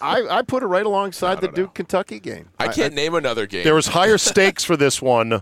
I, I put it right alongside the Duke Kentucky game. I can't name another game. There was (laughs) higher stakes for this one,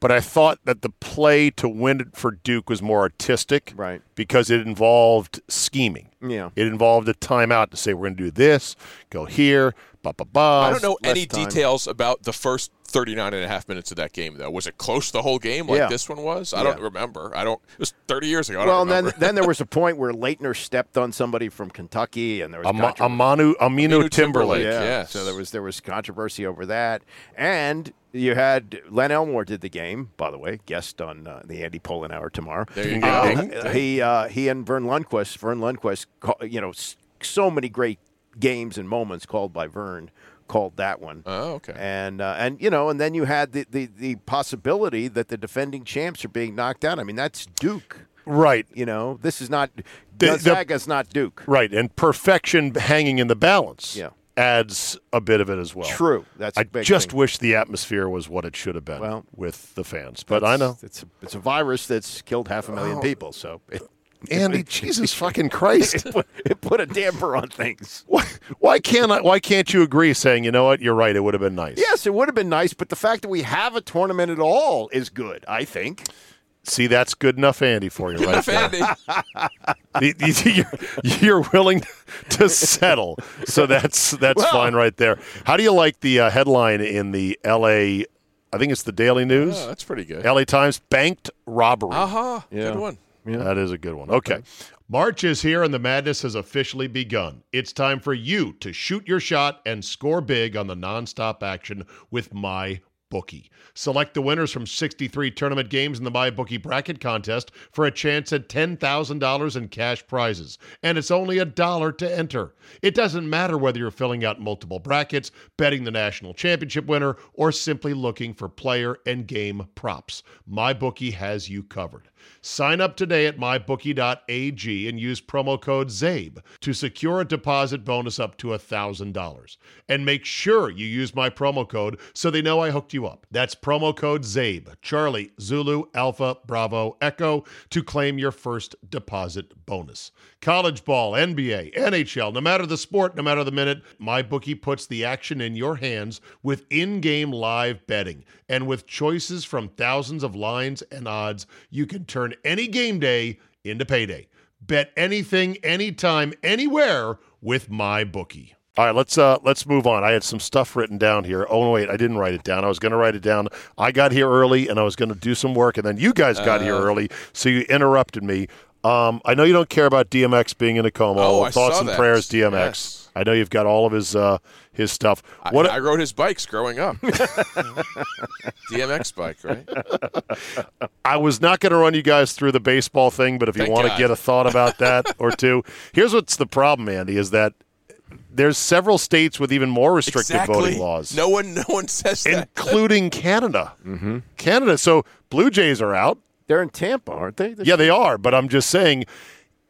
but I thought that the play to win it for Duke was more artistic, Right. Because it involved scheming. Yeah. it involved a timeout to say we're going to do this, go here, ba ba ba. I don't know less any time. details about the first 39 and a half minutes of that game, though. Was it close the whole game like Yeah. this one was? I Yeah. don't remember. I don't. It was 30 years ago. I Well, don't and then remember. then there was a point where Leitner stepped on somebody from Kentucky, and there was Ama- controversy. Amanu Amino, Aminu Timberlake, Timberlake. yeah. yes. So there was there was controversy over that, and you had Len Elmore did the game. By the way, guest on uh, the Andy Pollin Hour tomorrow. There you Uh, go. Ding, ding. he uh, he and Vern Lundquist. Vern Lundquist, ca- you know, s- so many great games and moments called by Vern. Called that one. Oh, okay. And uh, and you know, and then you had the, the the possibility that the defending champs are being knocked out. I mean, that's Duke. Right, You know, this is not The- the- Gonzaga's not Duke. right, and perfection hanging in the balance. Yeah. Adds a bit of it as well. True. That's a I big just thing. wish the atmosphere was what it should have been Well, with the fans. But I know. Oh. it's a, it's a virus that's killed half a million people. So it, Andy, Jesus fucking Christ. (laughs) it, put, it put a damper on things. Why, why can't I, why can't you agree saying you know what you're right it would have been nice Yes, it would have been nice, but the fact that we have a tournament at all is good. I think. see that's good enough Andy for you right there. Fandy. You- you- (laughs) you're, you're willing to settle so that's that's Well- fine right there how do you like the uh, headline in the LA I think it's the Daily News Oh, that's pretty good. LA Times banked robbery Aha. Good one. That is a good one. Okay. March is here and the madness has officially begun. It's time for you to shoot your shot and score big on the nonstop action with my bookie. Select the winners from 63 tournament games in the my bookie bracket contest for a chance at $10,000 in cash prizes, and it's only a dollar to enter. It doesn't matter whether you're filling out multiple brackets, betting the national championship winner, or simply looking for player and game props. MyBookie has you covered. Sign up today at mybookie.ag and use promo code ZABE to secure a deposit bonus up to $1,000. And make sure you use my promo code so they know I hooked you up. That's promo code ZABE, Charlie, Zulu, Alpha, Bravo, Echo to claim your first deposit bonus. College ball, NBA, NHL, no matter the sport, no matter the minute, MyBookie puts the action in your hands with in game live betting. And with choices from thousands of lines and odds, you can turn any game day into payday. Bet anything, anytime, anywhere with MyBookie. All right, let's uh let's move on. I had some stuff written down here. Oh no, wait, I didn't write it down. I was going to write it down. Uh. I got here early and I was going to do some work, and then you guys got here early, so you interrupted me. Um, I know you don't care about DMX being in a coma. Oh, Well, I thoughts saw and that. prayers, DMX. Yes. I know you've got all of his uh, his stuff. I, (laughs) What I rode his bikes (laughs) growing up. DMX bike, right? I was not going to run you guys through the baseball thing, but if you Thank want to God. get a thought about that (laughs) or two, here's what's the problem, Andy, is that there's several states with even more restrictive voting laws, No one, no one says that. (laughs) including Canada. Mm-hmm. Canada. So Blue Jays are out. They're in Tampa, aren't they? Yeah, they are. But I'm just saying,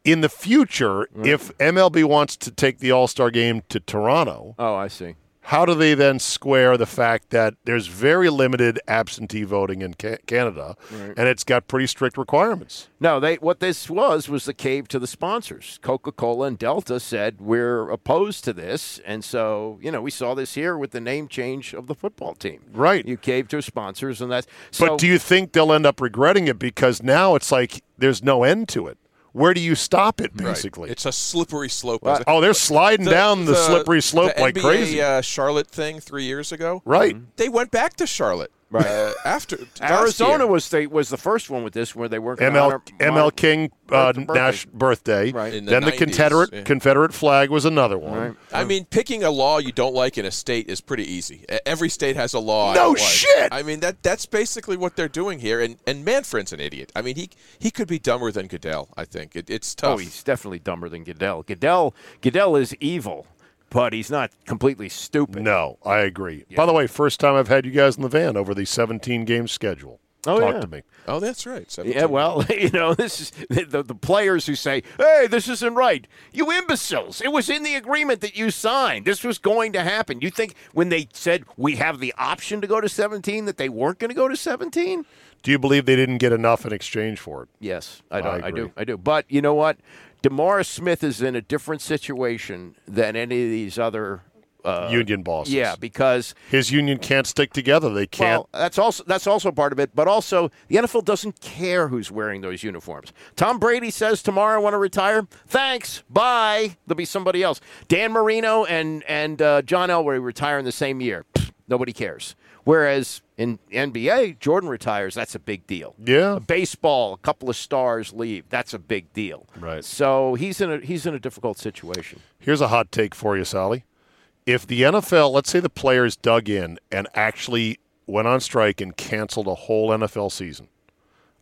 in the future, if MLB wants to take the All Star game to Toronto, Oh, I see. how do they then square the fact that there's very limited absentee voting in ca- Canada and it's got pretty strict requirements? No, they what this was was the cave to the sponsors. Coca-Cola and Delta said we're opposed to this, and so you know we saw this here with the name change of the football team. Right. you caved to sponsors, and that's. So, But do you think they'll end up regretting it because now it's like there's no end to it? Where do you stop it, Right. basically? It's a slippery slope. oh, they're sliding down the, slippery slope the like NBA, crazy. Uh, Charlotte thing three years ago. right. They went back to Charlotte. Right uh, (laughs) after last year. Arizona was the was the first one with this where they weren't gonna ML, honor- ML King uh, birthday. Nash birthday. Right. In the Then the 90s, Confederate yeah. Confederate flag was another one. I mean, picking a law you don't like in a state is pretty easy. E- Every state has a law. I No don't like. shit! I mean that that's basically what they're doing here. And and Manfred's an idiot. I mean he he could be dumber than Goodell. I think it, it's tough. Oh, he's definitely dumber than Goodell. Goodell Goodell is evil, but he's not completely stupid. No, I agree. By the way, first time I've had you guys in the van over the 17 game schedule. Oh, Talk yeah. to me. Oh, that's right. 17. Yeah, well, (laughs) you know, this is the, the players who say, "Hey, this isn't right." You imbeciles! It was in the agreement that you signed. This was going to happen. You think when they said we have the option to go to 17 that they weren't going to go to 17? Do you believe they didn't get enough in exchange for it? Yes, I don't. I, agree. do. I do. But you know what? Demar Smith is in a different situation than any of these other. Uh, union bosses. yeah, because His union can't stick together. They can't. Well, that's also that's also part of it, but also the NFL doesn't care who's wearing those uniforms. Tom Brady says tomorrow I want to retire. Thanks, bye. There'll be somebody else. Dan Marino and and uh, John Elway retire in the same year. Pfft, nobody cares. Whereas in NBA, Jordan retires. That's a big deal. yeah. Baseball, a couple of stars leave. That's a big deal. Right. So he's in a he's in a difficult situation. Here's a hot take for you, Sally. If the NFL, let's say the players dug in and actually went on strike and canceled a whole NFL season,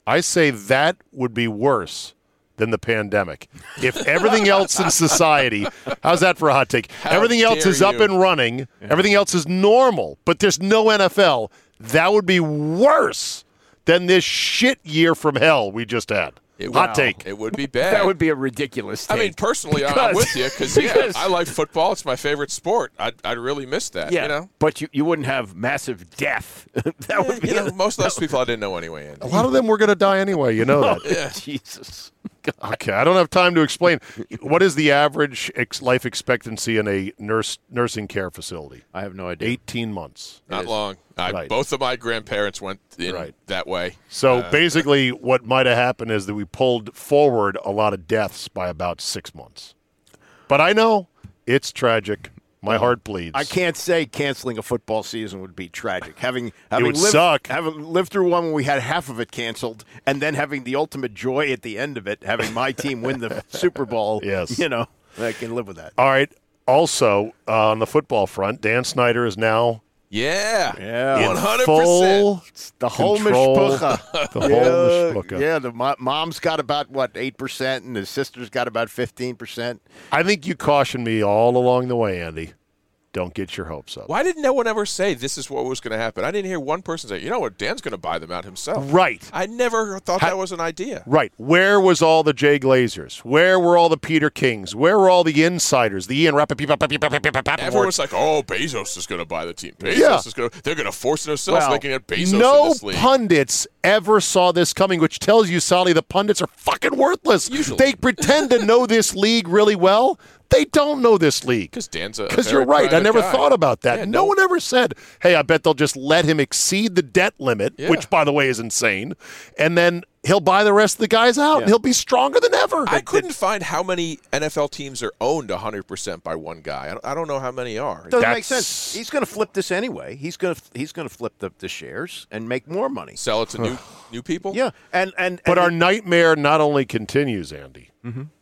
I say that would be worse than the pandemic. If everything else in society, how's that for a hot take? everything else dare is up you. and running, everything else is normal, but there's no NFL, that would be worse than this shit year from hell we just had. It would- hot take. It would be bad. That would be a ridiculous. I take. mean, personally, I- I'm Because- with you because yeah, because- I like football. It's my favorite sport. I'd, I'd really miss that. Yeah, you know, but you, you wouldn't have massive death. (laughs) that would be you know, most of (laughs) those people I didn't know anyway. Andy. a lot of them were going to die anyway. You know that. Oh, (laughs) Jesus. Okay, I don't have time to explain. What is the average ex- life expectancy in a nurse nursing care facility? I have no idea. Eighteen months. Not long. I, Right. Both of my grandparents went in Right. that way. Uh, So basically, what might have happened is that we pulled forward a lot of deaths by about six months. But I know it's tragic. My heart bleeds. I can't say canceling a football season would be tragic. Having having would lived, suck. having lived through one when we had half of it canceled, and then having the ultimate joy at the end of it, having my team (laughs) win the Super Bowl. Yes. you know, I can live with that. All right. Also, uh, on the football front, Dan Snyder is now Yeah. Yeah. in 100%. full The whole control. (laughs) mishpucha. (laughs) The whole mishpucha. Yeah, the mo- mom's got about what eight percent, and the sister's got about fifteen percent. I think you cautioned me all along the way, Andy. Don't get your hopes up. Why did no one ever say this is what was going to happen? I didn't hear one person say, you know what, Dan's going to buy them out himself. Right. I never thought that was an idea. Right. Where was all the Jay Glazers? Where were all the Peter Kings? Where were all the insiders? The Ian Everyone's Rappaport. like, oh, Bezos is going to buy the team. Bezos Yeah. is going to, they're going to force themselves Well, looking at Bezos in No this league. pundits ever saw this coming, which tells you, Sally, the pundits are fucking worthless. Usually. They pretend to know this league really well. They don't know this (laughs) league. Because Dan's a Because very you're right. I private never guy. thought about that. Yeah, no, one ever said, hey, I bet they'll just let him exceed the debt limit, Yeah. which, by the way, is insane. And then he'll buy the rest of the guys out and he'll be stronger than ever. I couldn't find how many NFL teams are owned 100% by one guy. I don't, I don't know how many are. Doesn't make That's- sense. He's going to flip this anyway. He's going to he's going to flip the, the shares and make more money. Sell it to (sighs) new new people? Yeah, and and But and Mm-hmm. our nightmare not only continues, Andy,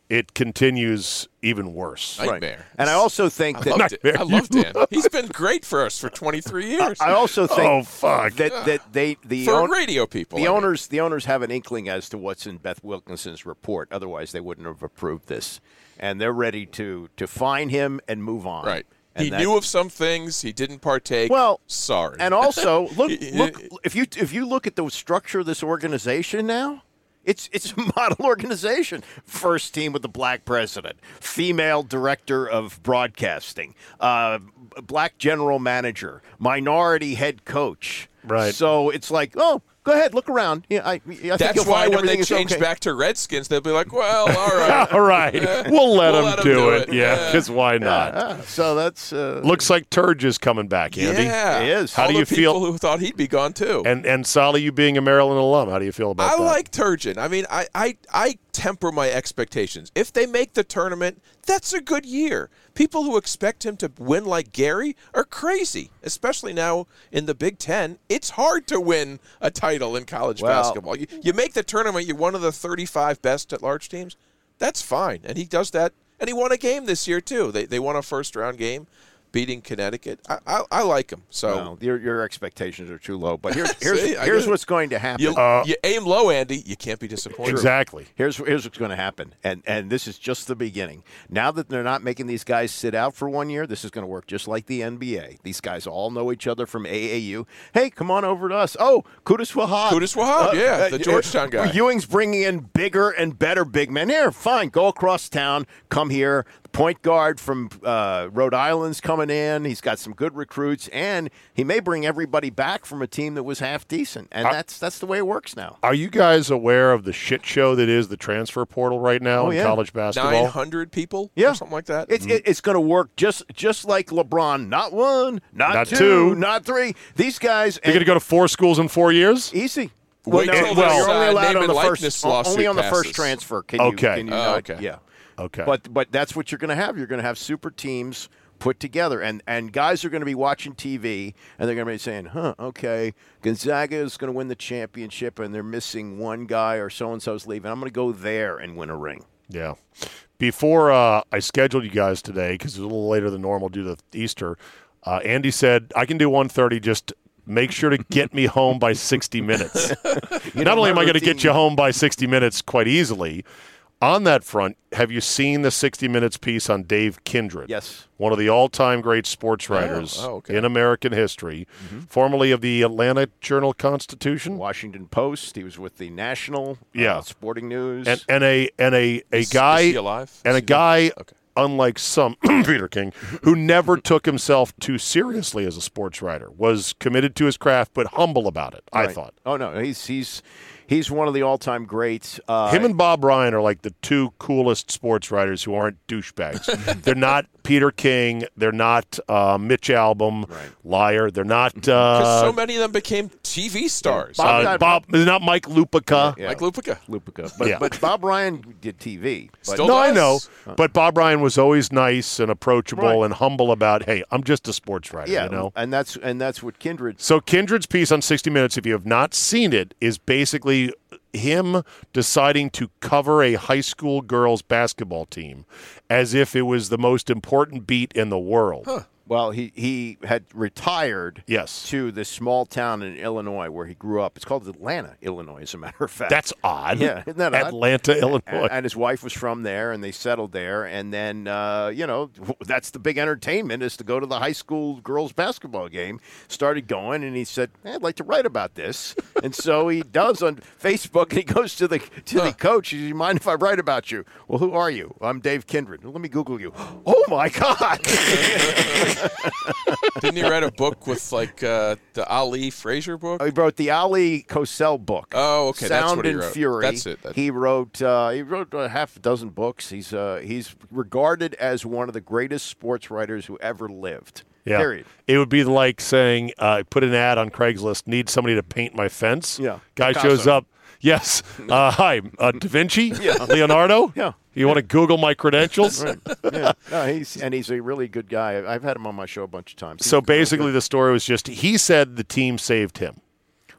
it continues even worse. Nightmare. and I also think I that loved it. I Nightmare. love (laughs) Dan. He's been great for us for 23 years. I also think Oh, fuck. that that they the for own- radio people. I the mean. owners the owners have an inkling as to what's in Beth Wilkinson's report. Otherwise, they wouldn't have approved this, and they're ready to to fine him and move on. Right. And he that- knew of some things. He didn't partake. Well, sorry. (laughs) And also, look, Y- y- look if you if you look at the structure of this organization now, it's it's a (laughs) model organization. First team with the black president, female director of broadcasting, uh, black general manager, minority head coach. Right. So it's like, oh, go ahead, look around. Yeah, I, I think that's you'll why find when they everything is change okay. back to Redskins, they'll be like, well, all (laughs) right. All (laughs) right. We'll let him do, it. Yeah, because why not? Ah, so that's uh, Looks like Turge is coming back, Andy. Yeah. He is. How All do the you feel- People who thought he'd be gone too. And and Sally, you being a Maryland alum, how do you feel about I that? like Turgeon. I mean, I, I, I temper my expectations. If they make the tournament, that's a good year. People who expect him to win like Gary are crazy, especially now in the Big Ten. It's hard to win a title in college Well- basketball. You, you make the tournament, you're one of the 35 best at large teams. That's fine. And he does that. And he won a game this year, too. They, they won a first round game, beating Connecticut. I, I, I like him. So. well, your your expectations are too low. (laughs) But here's here's, See, I here's did. what's going to happen. Uh, You, Uh, you aim low, Andy. You can't be disappointed. Exactly. Here's here's what's going to happen, and and this is just the beginning. Now that they're not making these guys sit out for one year, this is going to work just like the NBA. These guys all know each other from AAU. Hey, come on over to us. Oh, Kudus Wahab. Uh, Kudus Wahab, yeah, the Georgetown guy. Ewing's bringing in bigger and better big men. Here, fine, go across town, come here. The point guard from uh, Rhode Island's coming in. He's got some good recruits, and he may bring everybody back from a team that was half decent. And that's that's the way it works now. Are you guys aware of the shit show that is the transfer portal right now Oh, in yeah. college nine basketball? hundred people, Yeah. or something like that. It's it, it's going to work just just like LeBron. Not one, not, Not two, two. not three. These guys You're going to go to four schools in four years? easy. Wait till well, this, you're only uh, allowed name on and the likeness first lawsuit only on the passes. first transfer. Can Okay. you, can you Oh, not- okay. yeah, Okay. But but that's what you're going to have. You're going to have super teams put together, and and guys are going to be watching TV, and they're going to be saying, "Huh, okay, Gonzaga is going to win the championship, and they're missing one guy, or so and so's leaving. I'm going to go there and win a ring." Yeah. Before uh, I scheduled you guys today, because it was a little later than normal due to Easter, uh, Andy said, I can do 1.30, just make sure to get me home by 60 (laughs) minutes. Not only am my I going to routine- get you home by 60 minutes quite easily, on that front, have you seen the 60 Minutes piece on Dave Kindred? Yes. One of the all time great sports writers oh, okay. in American history, Mm-hmm. formerly of the Atlanta Journal Constitution. Washington Post. He was with the National, Yeah. uh, Sporting News. and and a and a a Is- is guy he alive? Is and he a alive? guy Okay. unlike some (clears throat) Peter King who (laughs) never took himself too seriously as a sports writer was committed to his craft but humble about it I Right. thought Oh no, he's he's he's one of the all-time greats. Uh, him and Bob Ryan are like the two coolest sports writers who aren't douchebags (laughs) they're not Peter King they're not uh, Mitch Album liar they're (laughs) not Because uh, so many of them became TV stars, uh, Bob- Bob they're not Mike Lupica yeah, like Lupica. Lupica. But, Yeah. but Bob Ryan did TV. But Still no, I does. know, but Bob Ryan was always nice and approachable Right. and humble about, hey, I'm just a sports writer, yeah, you know. and that's and that's what Kindred. So Kindred's piece on 60 Minutes, if you have not seen it, is basically him deciding to cover a high school girls basketball team as if it was the most important beat in the world. Well, he he had retired. Yes. To this small town in Illinois where he grew up. It's called Atlanta, Illinois, as a matter of fact. That's odd. Yeah, isn't that odd? Atlanta, Illinois. and, and his wife was from there, and they settled there. And then, uh, you know, that's the big entertainment is to go to the high school girls basketball game. Started going, and he said, "Hey, "I'd like to write (laughs) about this," and so he does on Facebook. And he goes to the to the coach. Do you mind if I write about you? Well, who are you? I'm Dave Kindred. Let me Google you. Oh my (laughs) God! Didn't he write a book with like uh, the Ali Frazier book? he wrote the Ali Cosell book. Oh, okay, that's Sound what he and wrote. Fury. That's it. That- He wrote uh, he wrote a half a dozen books. He's uh, he's regarded as one of the greatest sports writers who ever lived. Yeah. Period. It would be like saying, uh, I put an ad on Craigslist, need somebody to paint my fence. Yeah. Guy Picasso. shows up. (laughs) Yes. Uh, hi, uh, Da Vinci? Leonardo? Yeah. You want to Google my credentials? Yeah. No, he's and he's a really good guy. I- I've had him on my show a bunch of times. So He's really basically, the story was just he said the team saved him.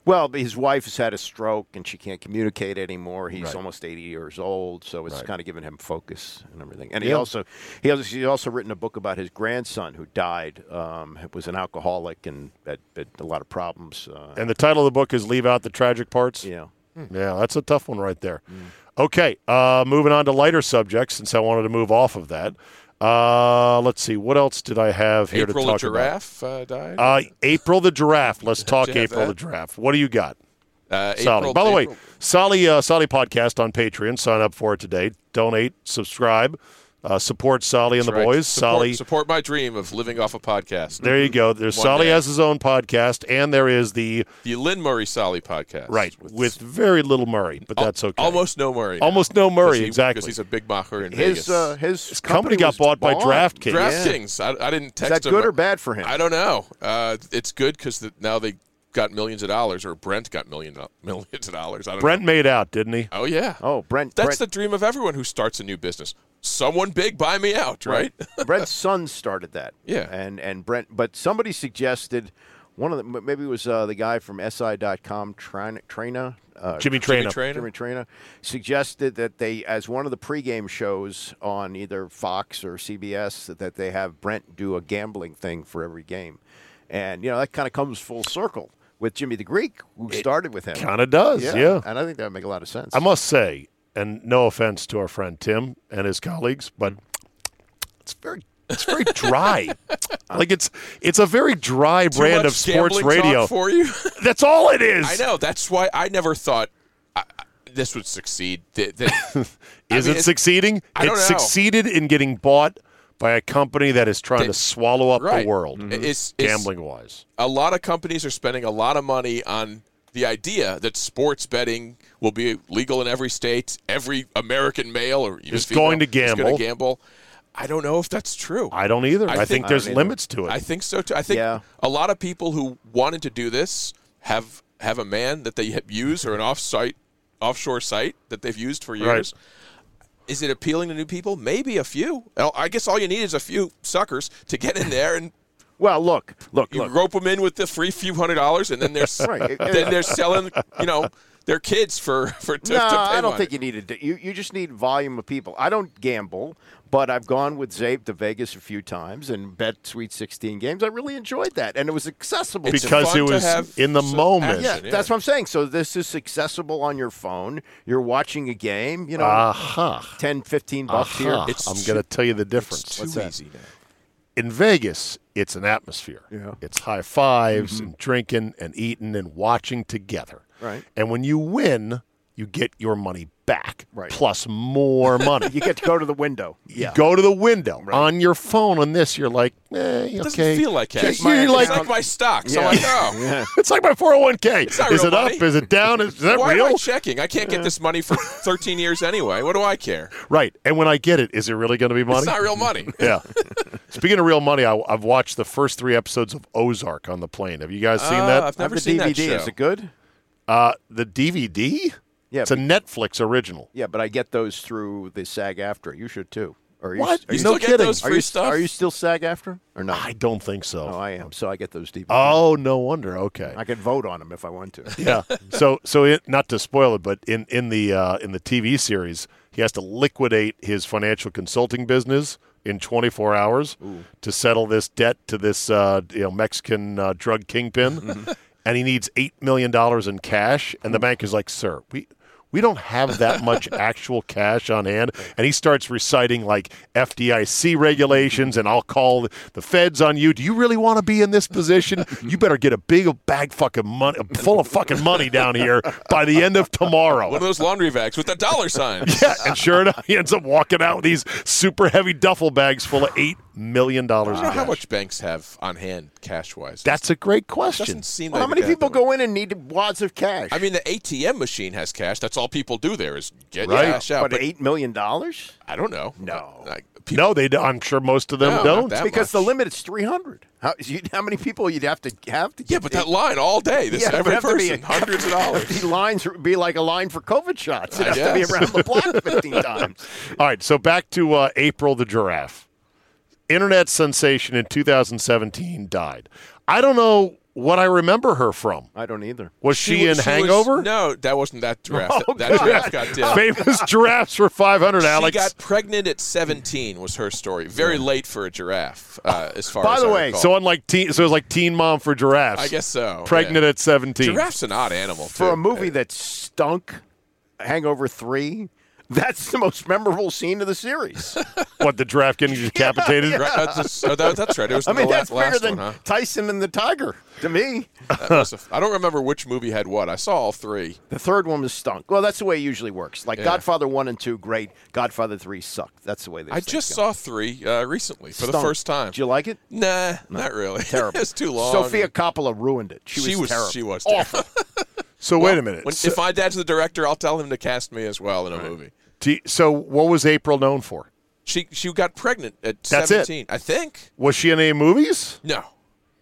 Well, but his wife has had a stroke and she can't communicate anymore. He's Right. almost 80 years old, so it's Right. kind of given him focus and everything. And he Yeah. also he also he's also written a book about his grandson who died. Um, was an alcoholic and had, had a lot of problems. Uh, And the title of the book is Leave Out the Tragic Parts. yeah. Yeah, that's a tough one right there. Okay, uh, moving on to lighter subjects since I wanted to move off of that. Uh, let's see, what else did I have here April to the talk giraffe uh, died. about? Uh, April the giraffe. (laughs) Let's talk you have April the that? giraffe. What do you got? Uh, Solly. April- By the way, April- Solly, uh, Solly podcast on Patreon. Sign up for it today. Donate, subscribe, uh, support Solly and the That's right. boys. Support- Solly, support my dream of living off a podcast. Mm-hmm. there you go. There's One Solly day. has his own podcast, and there is the The Lynn Murray Solly podcast. right with, very little Murray, but al- that's okay. Almost no Murray. Almost no Murray, exactly. Because he's a big mocker in His Vegas. uh, his, His company got was bought by DraftKings. DraftKings. I, I didn't Is text that him. good or bad for him? I don't know. Uh, it's good because the, now they got millions of dollars, or Brent got million do- millions of dollars. I don't Brent know. made out, didn't he? Oh yeah. oh, Brent. That's the Brent, dream of everyone who starts a new business. Someone big buy me out, right? (laughs) Brent's son started that. Yeah. And and Brent, but somebody suggested one of the maybe it was uh, the guy from SI.com, Trina, Trina uh, Jimmy Jimmy Trainer. Traynor? Jimmy Trainer suggested that they, as one of the pregame shows on either Fox or CBS, that they have Brent do a gambling thing for every game, and you know that kind of comes full circle with Jimmy the Greek, who started with him. Kind of does, yeah. and I think that would make a lot of sense. I must say, and no offense to our friend Tim and his colleagues, but it's very it's very (laughs) dry. like it's it's a very dry Too brand much of sports gambling talk radio. for you. (laughs) That's all it is. I know. That's why I never thought I, I- this would succeed. Th- (laughs) th- I Is mean, it it's- succeeding? I don't it know. succeeded in getting bought by a company that is trying to That- swallow up right. the world, It's- it's- gambling wise. a lot of companies are spending a lot of money on the idea that sports betting will be legal in every state. Every American male or even Is going to female is going gamble. to gamble. I don't know if that's true. I don't either. I, I think, think- there's I don't either. limits to it. I think so too. I think Yeah. a lot of people who wanted to do this have have a man that they have used or an off-site, offshore site that they've used for years. Is it appealing to new people? Maybe a few. Well, I guess all you need is a few suckers to get in there and well, look, look, you look. rope them in with the free few hundred dollars, and then they're s- (laughs) Right. then they're selling, you know, their kids for for to, no, to pay I don't money. think you need to. do- You you just need volume of people. I don't gamble, but I've gone with Zabe to Vegas a few times and bet Sweet 16 games. I really enjoyed that, and it was accessible to me. because fun it to was have in the some moment. Yeah, yeah. that's what I'm saying. So this is accessible on your phone. You're watching a game. You know, Aha. ten, fifteen 10, 15 bucks Aha. here. It's I'm too- going to tell you the difference. It's too Uh-huh. What's that? easy now. in Vegas, it's an atmosphere. Yeah. It's high 5s Mm-hmm. and drinking and eating and watching together. Right. And when you win, you get your money back right. plus more money. (laughs) You get to go to the window. (laughs) You go to the window on your phone on this. You're like, eh, okay. It doesn't feel like cash. Just- You're it's like, like my stocks. I'm like, oh, it's like my 401k. not Is real it up? money. Is it down? Is, is that why real? am I checking? I can't get this money (laughs) for 13 years anyway. What do I care? right. And when I get it, is it really going to be money? It's not real money. (laughs) yeah. Speaking of real money, I, I've watched the first three episodes of Ozark on the plane. Have you guys seen Ah, that? I've never the seen DVD. that show. Is it good? Uh, the DVD? Yeah, It's a be- Netflix original. Yeah, but I get those through the SAG after. You should too. Are you, What? Are You you, still No get kidding. those are free you, stuff? are you still SAG after or not? I don't think so. Oh, I am. So I get those DVDs. Oh, no wonder. Okay. I could vote on them if I want to. (laughs) yeah. So so it, not to spoil it, but in in the uh, in the TV series, he has to liquidate his financial consulting business in 24 hours to settle this debt to this uh, you know Mexican uh, drug kingpin, and he needs eight million dollars in cash, and the bank is like, "Sir, we." We don't have (laughs) that much actual cash on hand. And he starts reciting like FDIC regulations and I'll call the feds on you. Do you really want to be in this (laughs) position? You better get a big bag fucking money full of fucking money down here by the end of One of tomorrow. those laundry bags with (laughs) the dollar sign. Yeah, and sure enough, he ends up walking out with these super heavy duffel bags full of eight million dollars. I don't know how much banks have on hand cash wise. That's a great question. Doesn't seem Well, like how many that- people go in and need wads of cash? I mean, the ATM machine has cash. That's all people do there is get Right. cash out. but, But eight million dollars? I don't know. No. Like, No, they. d- I'm sure most of them No, not don't. that Because the much. limit is three hundred. How, (laughs) you- how many people you'd have to have to? yeah, get but the- that line all day. This Yeah, it every would have to be (laughs) person, a- hundreds of dollars. The (laughs) lines would be like a line for COVID shots. It I has to be guess. around the (laughs) (laughs) block fifteen times. All right, so back to uh, April the giraffe. Internet sensation in 2017 died. I don't know what I remember her from. I don't either. Was she, in was- Hangover? (laughs) no, that wasn't that draft. Oh, that draft God. got down. (laughs) Famous giraffes for 500, Alex. She got pregnant at 17 was her story. Very late for a giraffe, uh, as far By as the I way, recall. so unlike teen, so it was like Teen Mom for giraffes. I guess so. Pregnant yeah. at 17. Giraffe's (laughs) an odd animal For too. a movie that stunk, Hangover Three. That's the most memorable scene of (laughs) the series. What the giraffe getting (laughs) decapitated? Right, that's, just- oh, that- that's right. It was I mean, the la- that's bigger last than one, huh? Tyson and the Tiger to me. That was a- I don't remember which movie had what. I saw all three. The third one was stunk. Well, that's the way it usually works. Like Godfather one and two, great. Godfather three sucked. That's the way they. I just saw three uh, recently for the Stunk. first time. Did you like it? Nah, not really. (laughs) Terrible. it's too long. Sophia Coppola ruined it. She, She was, was- terrible. she was awful. So wait a minute. When, so, if my dad's the director, I'll tell him to cast me as well in a movie. do you- so what was April known for? She she got pregnant at That's it. 17, I think. Was she in any movies? No,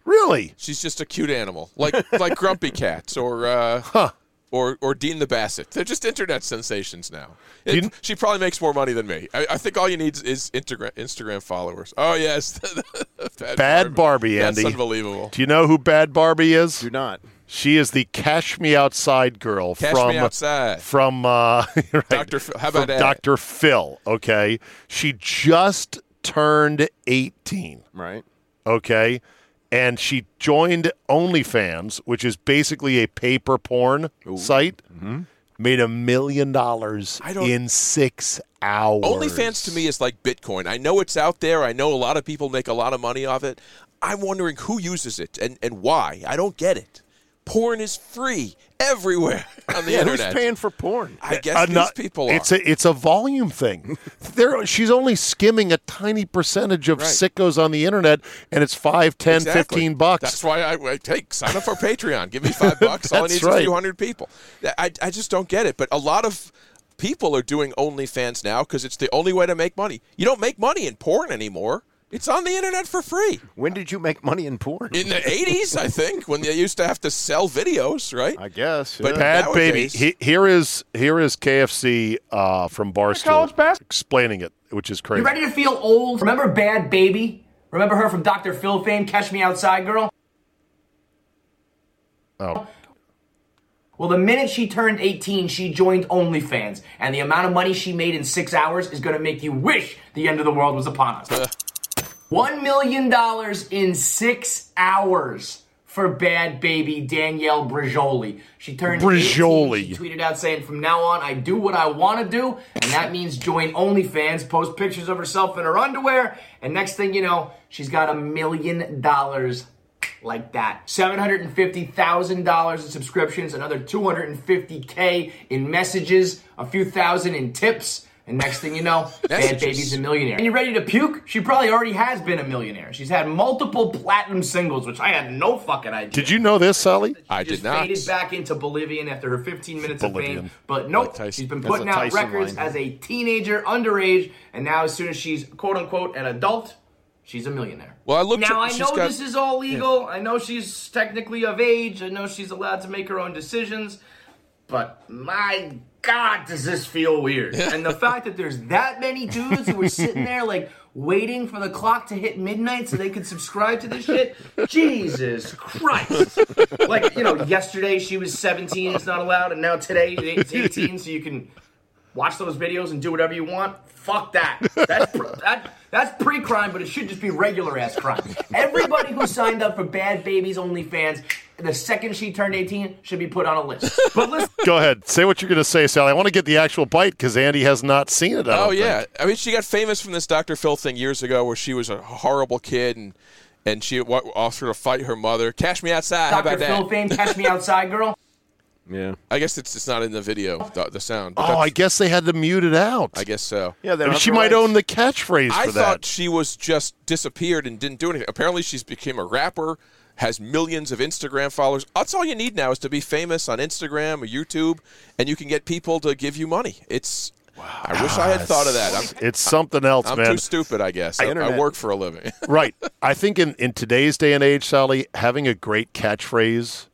Really? she's just a cute animal, (laughs) like like Grumpy Cats or uh, or or Dean the Bassett. They're just internet sensations now. It- Didn't- she probably makes more money than me. I, I think all you need is Instagram Instagram followers. Oh yes, (laughs) bad, Bad Barbie, That's Andy. unbelievable. Do you know who Bad Barbie is? Do not. She is the Cash Me Outside girl Cash from me outside. from uh, (laughs) right, Dr. Phil. How from about that? Dr. Phil? Okay, she just turned eighteen. Right. Okay, and she joined OnlyFans, which is basically a paper porn site. Mm-hmm. Made a million dollars I don't- in six hours. OnlyFans to me is like Bitcoin. I know it's out there. I know a lot of people make a lot of money off it. I'm wondering who uses it and, and why. I don't get it. Porn is free everywhere (laughs) on the Yeah, who's internet. paying for porn? I guess Uh, these not- people are. it's a it's a volume thing. there, she's only skimming a tiny percentage of Right. sickos on the internet, and it's five, ten, fifteen Exactly. bucks. That's why I, I hey, sign up for Patreon. Give me (laughs) five bucks. All I That's need is a right. few hundred people. I, I just don't get it. But a lot of people are doing OnlyFans now because it's the only way to make money. You don't make money in porn anymore. It's on the internet for free. When did you make money in porn? in the 80s, I think, when they used to have to sell videos, right? I guess. But- yeah. Bad baby. Nowadays- He, here is here is KFC uh, from Barstool college bas- explaining it, which is crazy. You ready to feel old? Remember Bad Baby? Remember her from Dr. Phil fame, Catch Me Outside Girl? Oh. Well, the minute she turned 18, she joined OnlyFans, and the amount of money she made in six hours is gonna make you wish the end of the world was upon us. One million dollars in six hours for bad baby Danielle Brijoli. She turned 18. Brijoli. She tweeted out saying, "From now on, I do what I want to do, and that means join OnlyFans, post pictures of herself in her underwear, and next thing you know, she's got a million dollars." Like that. $750,000 in subscriptions, another 250K in messages, a few thousand in tips, and next thing you know, Bad Messages. Baby's a millionaire. And you ready to puke? She probably already has been a millionaire. She's had multiple platinum singles, which I had no fucking idea. Did you know this, Sally? I She just did not. faded back into Bolivian after her 15 minutes Bolivian. of fame, but nope. Like Tyson. She's been That's putting a out Tyson records line. as a teenager, underage, and now as soon as she's quote unquote an adult, she's a millionaire. Well, I looked Now at- I she's know got- this is all legal. I know she's technically of age. I know she's allowed to make her own decisions, but my God, does this feel weird? and the fact that there's that many (laughs) dudes who were sitting there like waiting for the clock to hit midnight so they could subscribe to this shit, Jesus Christ! like you know, yesterday she was 17, it's not allowed, and now today it's 18, so you can watch those videos and do whatever you want. Fuck that. That's pr- that, that's pre-crime, but it should just be regular ass crime. Everybody who signed up for Bad Babies OnlyFans the second she turned 18 should be put on a list. But listen, Go ahead, say what you're going to say, Sally. I want to get the actual bite because Andy has not seen it. I Oh don't yeah, think. I mean, she got famous from this Dr. Phil thing years ago, where she was a horrible kid and and she wa- offered to fight her mother. Cash me outside. How Dr. about Phil that? fame, Catch Me Outside Girl. Yeah. I guess it's it's not in the video, the, the sound. but Oh, I that's- guess they had to mute it out. I guess so. I mean, she might own the catchphrase I for thought that. she was just disappeared and didn't do anything. Apparently, she's became a rapper, has millions of Instagram followers. That's all you need now is to be famous on Instagram or YouTube, and you can get people to give you money. It's. I wish I had thought of that. I'm, it's something else, I'm man. too stupid, I guess. I, I Internet. work for a living. (laughs) right. I think in, in today's day and age, Sally, having a great catchphrase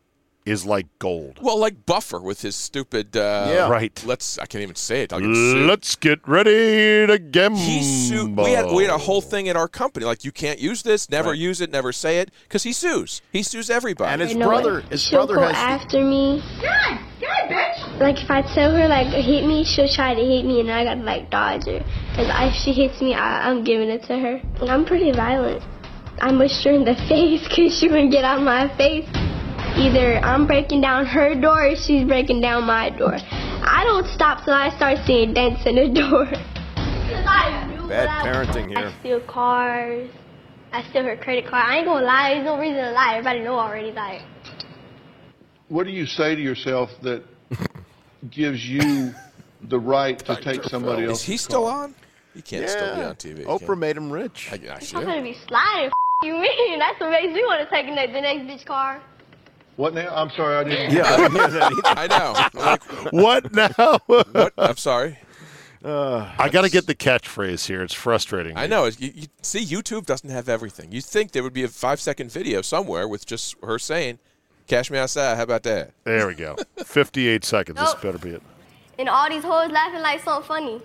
is like gold. well, like Buffer with his stupid. Uh, Yeah. Right. Let's. I can't even say it. I'll get sued. Let's get ready to gamble. He sued. We had, we had a whole thing at our company. Like, you can't use this, never use it, never say it, because he sues. He sues everybody. And his I know brother, it. his she'll brother go has after me. God, God, bitch! Like if I tell her like hit me, she'll try to hit me, and I gotta like dodge her. Cause I- if she hits me, I, I'm giving it to her. I'm pretty violent. I mushed her in the (laughs) face cause she wouldn't get out of my face. Either I'm breaking down her door or she's breaking down my door. I don't stop till I start seeing dents in the door. bad parenting here. I steal cars. I steal her credit card. I ain't gonna lie. There's no reason to lie. Everybody know already. Like, What do you say to yourself that gives you the right to take somebody Is else's he still car? on? He can't still be Yeah. on TV. Oprah made him rich. I, I should. I'm gonna be sliding. F- you mean? That's what makes me want to take the next, the next bitch car. What now? I'm sorry, I didn't. Yeah, I (laughs) didn't (laughs) hear that either. I know. what now? what? I'm sorry. Uh. I got to get the catchphrase here. It's frustrating. I know. You, you, see, YouTube doesn't have everything. You think there would be a five second video somewhere with just her saying, "Cash me outside." How about that? There we (laughs) go. 58 seconds. This Nope. better be it. And all these hoes laughing like something funny.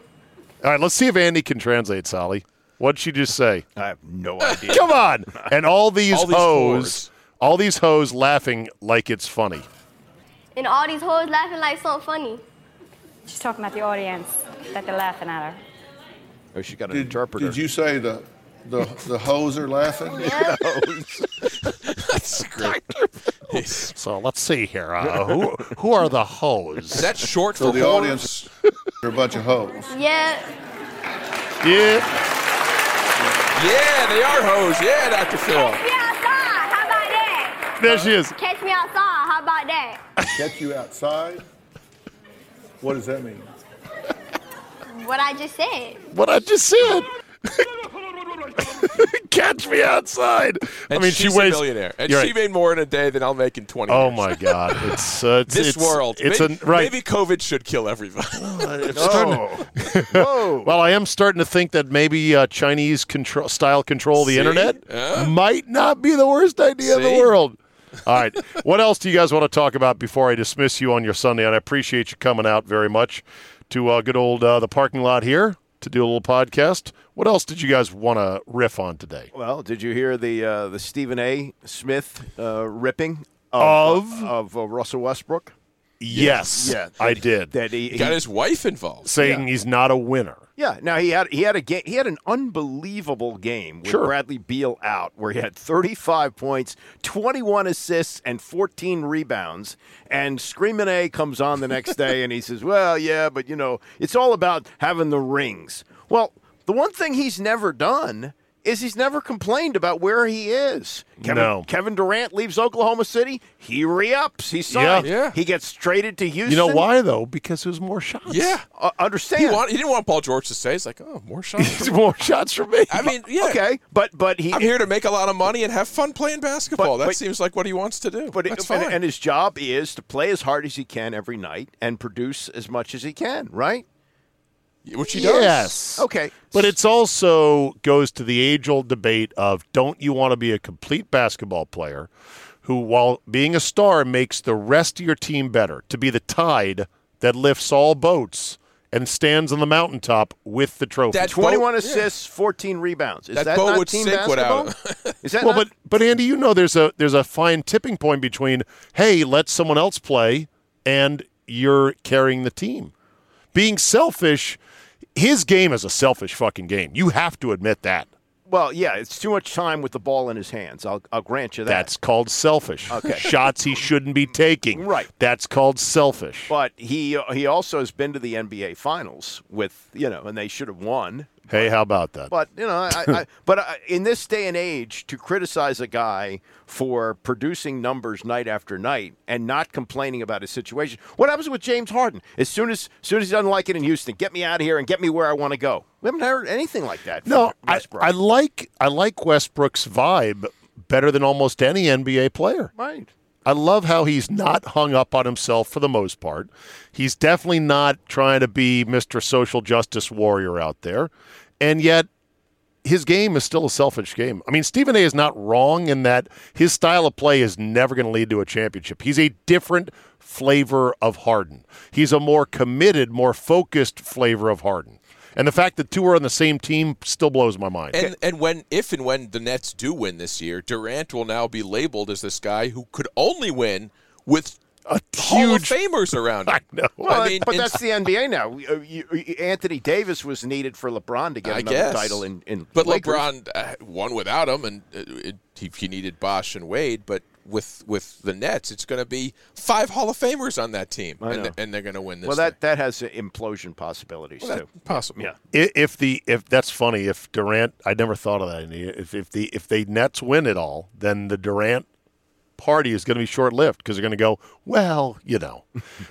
All right, let's see if Andy can translate, Sally. What'd she just say? I have (laughs) no idea. Come on. And all these, (laughs) All these hoes, all these hoes laughing like it's funny. And all these hoes laughing like something funny. She's talking about the audience that they're laughing at her. Oh, she got an Did, interpreter. did you (laughs) say the the the hoes are (laughs) laughing? That's great. So let's see here. Uh, who who are the hoes? Is that short So for the hoes? audience are a bunch of hoes. Yeah. Yeah. Yeah, they are hoes. Yeah, Dr. Phil. There she is. Catch me outside. How about that? Catch you outside. What does that mean? What I just said. What I just said. (laughs) Catch me outside. And I mean, she's she weighs. a millionaire, and You're she right. made more in a day than I'll make in twenty. Oh years. my God! It's uh, it's, this it's- world. It's maybe, a right. (laughs) maybe COVID should kill (laughs) everybody. Uh, (laughs) well, I am starting to think that maybe uh, Chinese control style control of the See? internet Huh? might not be the worst idea in the See? world. All right. what else do you guys want to talk about before I dismiss you on your Sunday? And I appreciate you coming out very much to uh, good old uh, the parking lot here to do a little podcast. What else did you guys want to riff on today? Well, did you hear the uh, the Stephen A. Smith uh, ripping of of, uh, Russell Westbrook? Yes, Yeah. I did. That he, he- wife involved, saying he's not a winner. Yeah. Now he had he had a game. He had an unbelievable game with Sure. Bradley Beal out, where he had 35 points, 21 assists, and 14 rebounds. And Screamin' A comes on the next day, and he says, (laughs) "Well, yeah, but you know, it's all about having the rings." Well, the one thing he's never done is he's never complained about where he is. Kevin, No. Kevin Durant leaves Oklahoma City. He re-ups. He signed. Yeah. He gets traded to Houston. You know why though? Because there's more shots. Yeah, uh, understand. He, want, he didn't want Paul George to say. He's like, oh, more (laughs) shots. more shots for me. I mean, yeah. Okay, but but he. I'm here to make a lot of money and have fun playing basketball. that but- seems like what he wants to do. But it- That's and, fine. and his job is to play as hard as he can every night and produce as much as he can, right? Which he does. Yes. Okay. But it's also goes to the age old debate of don't you want to be a complete basketball player who, while being a star, makes the rest of your team better, to be the tide that lifts all boats and stands on the mountaintop with the trophy. That 21 assists, 14 rebounds. Is That that, boat not would team sink without basketball? (laughs) Is that well, not- but but Andy, you know there's a there's a fine tipping point between hey, let someone else play and you're carrying the team. Being selfish, his game is a selfish fucking game. You have to admit that. well, yeah, it's too much time with the ball in his hands. I'll, I'll grant you that. That's called selfish. (laughs) Okay. Shots he shouldn't be taking. Right. That's called selfish. but he he also has been to the NBA Finals with you know, and they should have won. Hey, how about that? But you know, I, (laughs) I, but uh, in this day and age, to criticize a guy for producing numbers night after night and not complaining about his situation, what happens with James Harden? As soon as, as soon as he doesn't like it in Houston, get me out of here and get me where I want to go. We haven't heard anything like that. No, I, I like I like Westbrook's vibe better than almost any NBA player. Right. I love how he's not hung up on himself for the most part. He's definitely not trying to be Mr. Social Justice Warrior out there. And yet, his game is still a selfish game. I mean, Stephen A is not wrong in that his style of play is never going to lead to a championship. He's a different flavor of Harden, he's a more committed, more focused flavor of Harden. And the fact that two are on the same team still blows my mind. And, and when, if and when the Nets do win this year, Durant will now be labeled as this guy who could only win with a Hall of Famers (laughs) around him. I know. Well, but that's the NBA now. uh, You- you- Anthony Davis was needed for LeBron to get I another guess. title in, in but Lakers. LeBron uh, won without him, and uh, it, he, he needed Bosch and Wade. But with with the Nets, it's going to be five Hall of Famers on that team, I and, know. and they're going to win this. Well, that that has uh, implosion possibilities Well, too. Possible. Yeah. I- If the if that's funny, if Durant, I never thought of that. If if the if the Nets win it all, then the Durant party is going to be short lived because they're going to go well, you (laughs) know.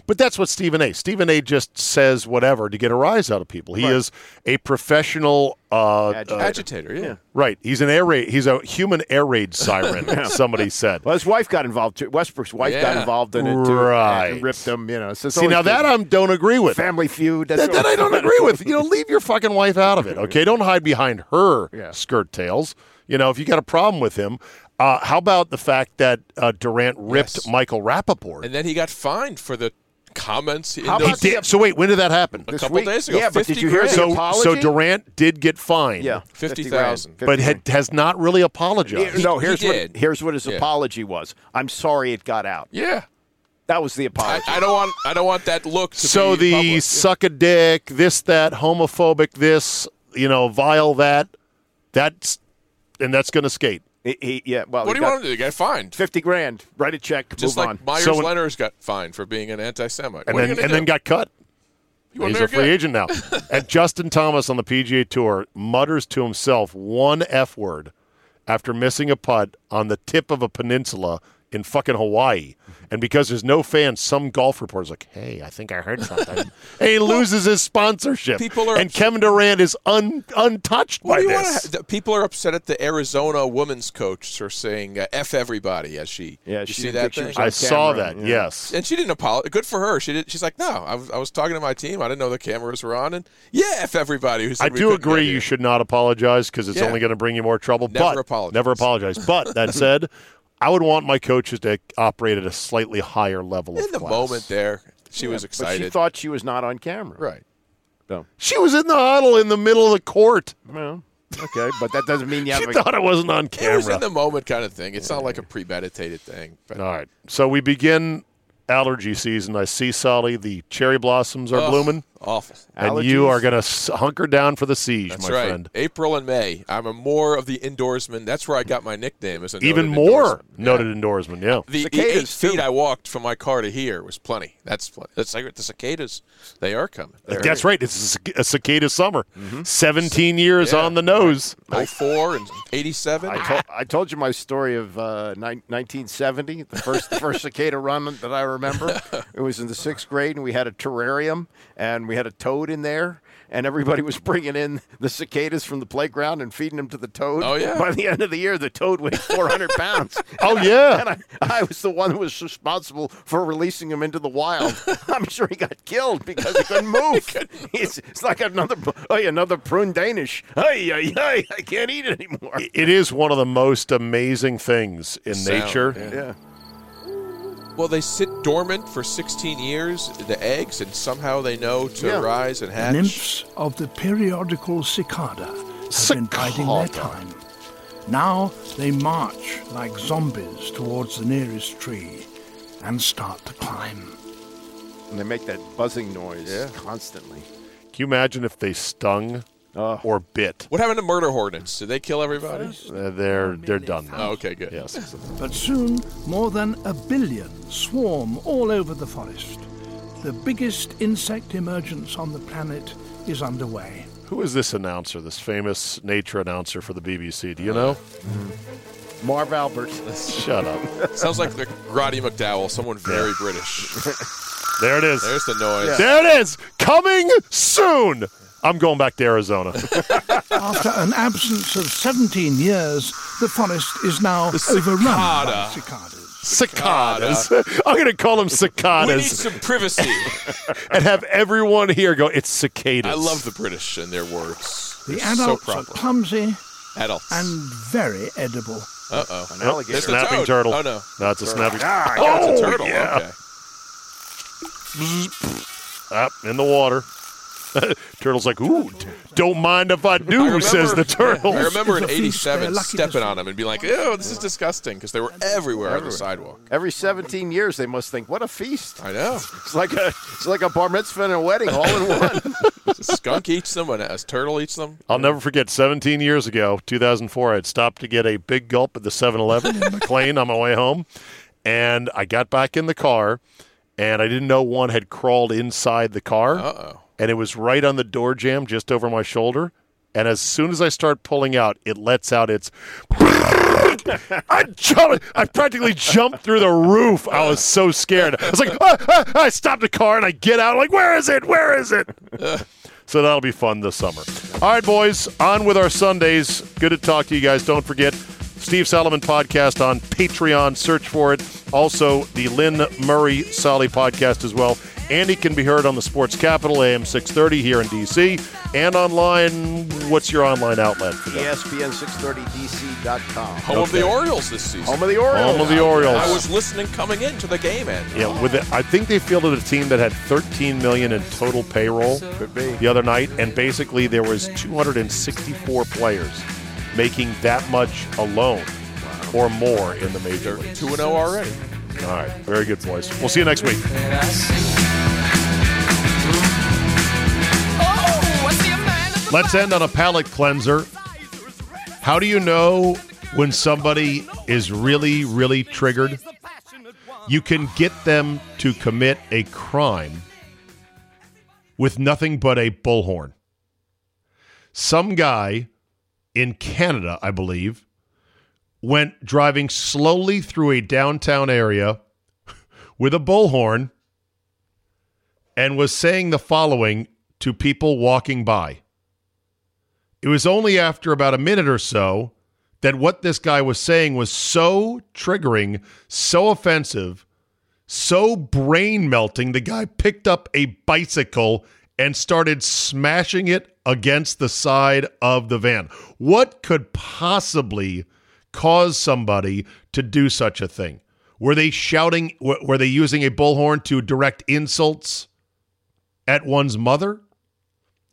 but that's what Stephen A. Stephen A. just says whatever to get a rise out of people. He is a professional uh, Agitator. uh, Agitator, yeah. Right. He's an air raid. He's a human air raid siren. (laughs) Yeah. Somebody said. Well, his wife got involved too. Westbrook's wife got Yeah. involved in it too. Right. And ripped him, you know. So it's See, always now been that I am don't agree with. Family Feud. That's That, that I (laughs) don't agree with. You know, leave your fucking wife out of it. Okay, don't hide behind her skirt tails. You know, if you got a problem with him, uh, how about the fact that uh, Durant ripped Michael Rappaport? And then he got fined for the comments. In How those, he (laughs) did, so wait, when did that happen? A This couple week. days ago, Yeah, but 50 did you hear grand. the so, So apology? Durant did get fined. Yeah, 50,000. But had, has not really apologized. no, here's what here's what his apology was. I'm sorry it got out. Yeah. That was the apology. I don't want. I don't want that look. To So be the suck a dick, this, that, homophobic, this, you know, vile, that, that's, and that's going to skate. yeah, well, What do you want him to do? They got fined. 50 grand. Write a check. Just move like on. Myers So- Leonard's got fined for being an anti Semite. and then and then got cut. want He's to a free get- agent (laughs) now. and Justin Thomas on the PGA Tour mutters to himself one F word after missing a putt on the tip of a peninsula in fucking Hawaii. And because there's no fans, some golf reporter's like, hey, I think I heard (laughs) something. and he loses his sponsorship. People are- and Kevin Durant is un, untouched What by do you this. want? To, people are upset at the Arizona women's coach for saying uh, "f everybody" as she. Yeah, you she see didn't that think she thing? was on I saw camera, that, yeah. yes. and she didn't apologize. Good for her. She did. She's like, no, I was, I was talking to my team. I didn't know the cameras were on, and yeah, f everybody. Who said I we do couldn't agree get you here. should not apologize because it's Yeah. only going to bring you more trouble. Never but apologize. Never apologize. But (laughs) that said, I would want my coaches to operate at a slightly higher level of In the class. moment there, she was Yeah, but excited. she thought she was not on camera. Right. No. She was in the huddle in the middle of the court. Well, (laughs) okay, but that doesn't mean you have She a- thought it wasn't on camera. It was in the moment kind of thing. It's not like a premeditated thing. But All right. So we begin allergy season. I see, Sally, the cherry blossoms are Ugh, blooming. Awful. And you are going to hunker down for the siege, That's my right. friend. April and May. I'm a more of the indoorsman. That's where I got my nickname as a Even noted more noted endorsement. Yeah. The, the eight feet I walked from my car to here was plenty. That's plenty. That's like the cicadas. They are coming. They're That's right. It's a cic- a cicada summer. Mm-hmm. 17 years on the nose. 04 Oh, and 87. I, told I told you my story of uh, nine- 1970, the first the first cicada run that I remember. It was in the sixth grade, and we had a terrarium, and we had a toad in there, and everybody was bringing in the cicadas from the playground and feeding them to the toad. Oh, yeah. By the end of the year, the toad weighed 400 pounds. Oh, yeah. And I, I was the one who was responsible for releasing him into the wild. (laughs) I'm sure he got killed because he (laughs) couldn't move. it's, it's like another oh, yeah, another prune Danish. Hey, hey, hey, I can't eat it anymore. It is one of the most amazing things in Sound, nature. yeah. Well, they sit dormant for 16 years, the eggs, and somehow they know to Yeah. rise and The hatch. nymphs of the periodical cicada have been biding their time. Now they march like zombies towards the nearest tree and start to climb. And they make that buzzing noise constantly. Can you imagine if they stung Oh. or bit? What happened to murder hornets? Did they kill everybody? Uh, they're they're done now. Oh, okay, good. Yes. But soon, more than a billion swarm all over the forest, the biggest insect emergence on the planet is underway. Who is this announcer, this famous nature announcer for the BBC? Do you know? Mm-hmm. Marv Albert. (laughs) Shut up. Sounds like the Roddy McDowell, someone very British. there it is. There's the noise. There it is. Coming soon. I'm going back to (laughs) Arizona. After an absence of 17 years, the forest is now overrun by cicadas. cicadas. (laughs) I'm going to call them cicadas. We need some privacy. and have everyone here go, it's cicadas. I love the British and their words. The They're adults so are proper. clumsy Adults. and very edible. Uh oh. Nope, it's a snapping turtle. Oh no. That's a snapping. Ah, I got it's a Oh, turtle. yeah. Okay. Up in the water. (laughs) Turtle's like, ooh, d- don't mind if I do, says the turtle. (laughs) I remember in '87 stepping on them and being like, "Ew, this is disgusting," because they were everywhere, on the sidewalk. Every 17 years, they must think, "What a feast!" I know. It's like a it's like a bar mitzvah and a wedding all in one. A skunk eats them, and a turtle eats them. I'll never forget 17 years ago, 2004, I had stopped to get a big gulp at the 7 Eleven in McLean on my way home. And I got back in the car, and I didn't know one had crawled inside the car. Uh-oh. And it was right on the door jamb just over my shoulder. And as soon as I start pulling out, it lets out its. I jumped. I practically jumped through the roof. I was so scared. I was like, ah, ah, ah." I stopped the car and I get out. like, where is it? Where is it? So that'll be fun this summer. All right, boys, on with our Sundays. Good to talk to you guys. Don't forget Steve Solomon podcast on Patreon. Search for it. Also, the Lynn Murray Solly podcast as well. Andy can be heard on the Sports Capital AM 630 here in DC and online. What's your online outlet for that? ESPN630DC.com. Home of the Orioles this season. Home of the Orioles. Home of the Orioles. I was listening coming into the game end. Yeah, with it, I think they fielded a team that had 13 million in total payroll Could be. the other night, and basically there was 264 players making that much alone or more in the major leagues. Two and zero already. All right, very good, boys. We'll see you next week. Let's end on a palate cleanser. How do you know when somebody is really, really triggered? You can get them to commit a crime with nothing but a bullhorn. Some guy in Canada, I believe, went driving slowly through a downtown area with a bullhorn and was saying the following to people walking by. It was only after about a minute or so that what this guy was saying was so triggering, so offensive, so brain melting, the guy picked up a bicycle and started smashing it against the side of the van. What could possibly cause somebody to do such a thing? Were they shouting? Were were they using a bullhorn to direct insults at one's mother?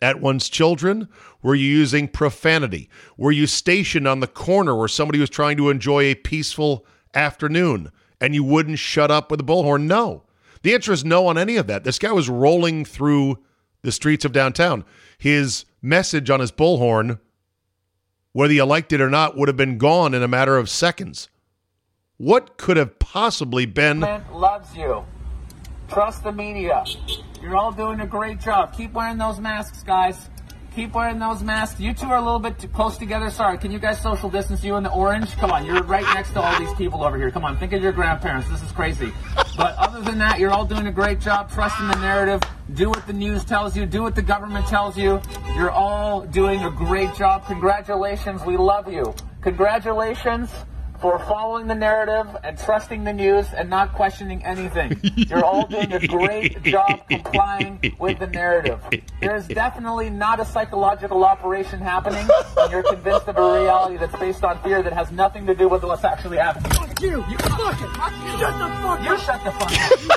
at one's children? Were you using profanity? Were you stationed on the corner where somebody was trying to enjoy a peaceful afternoon and you wouldn't shut up with a bullhorn? No. The answer is no on any of that. This guy was rolling through the streets of downtown. His message on his bullhorn, whether you liked it or not, would have been gone in a matter of seconds. What could have possibly been government loves you. Trust the media. You're all doing a great job. Keep wearing those masks, guys. Keep wearing those masks. You two are a little bit too close together. Sorry, can you guys social distance? You in the orange? Come on, you're right next to all these people over here. Come on, think of your grandparents. This is crazy. But other than that, you're all doing a great job. Trust in the narrative. Do what the news tells you. Do what the government tells you. You're all doing a great job. Congratulations. We love you. Congratulations for following the narrative and trusting the news and not questioning anything. You're all doing a great job complying (laughs) with the narrative. There (laughs) (laughs) is definitely not a psychological operation happening when you're convinced of a reality that's based on fear that has nothing to do with what's actually happening. Fuck you! You fucking shut the fuck up! You shut the fuck up!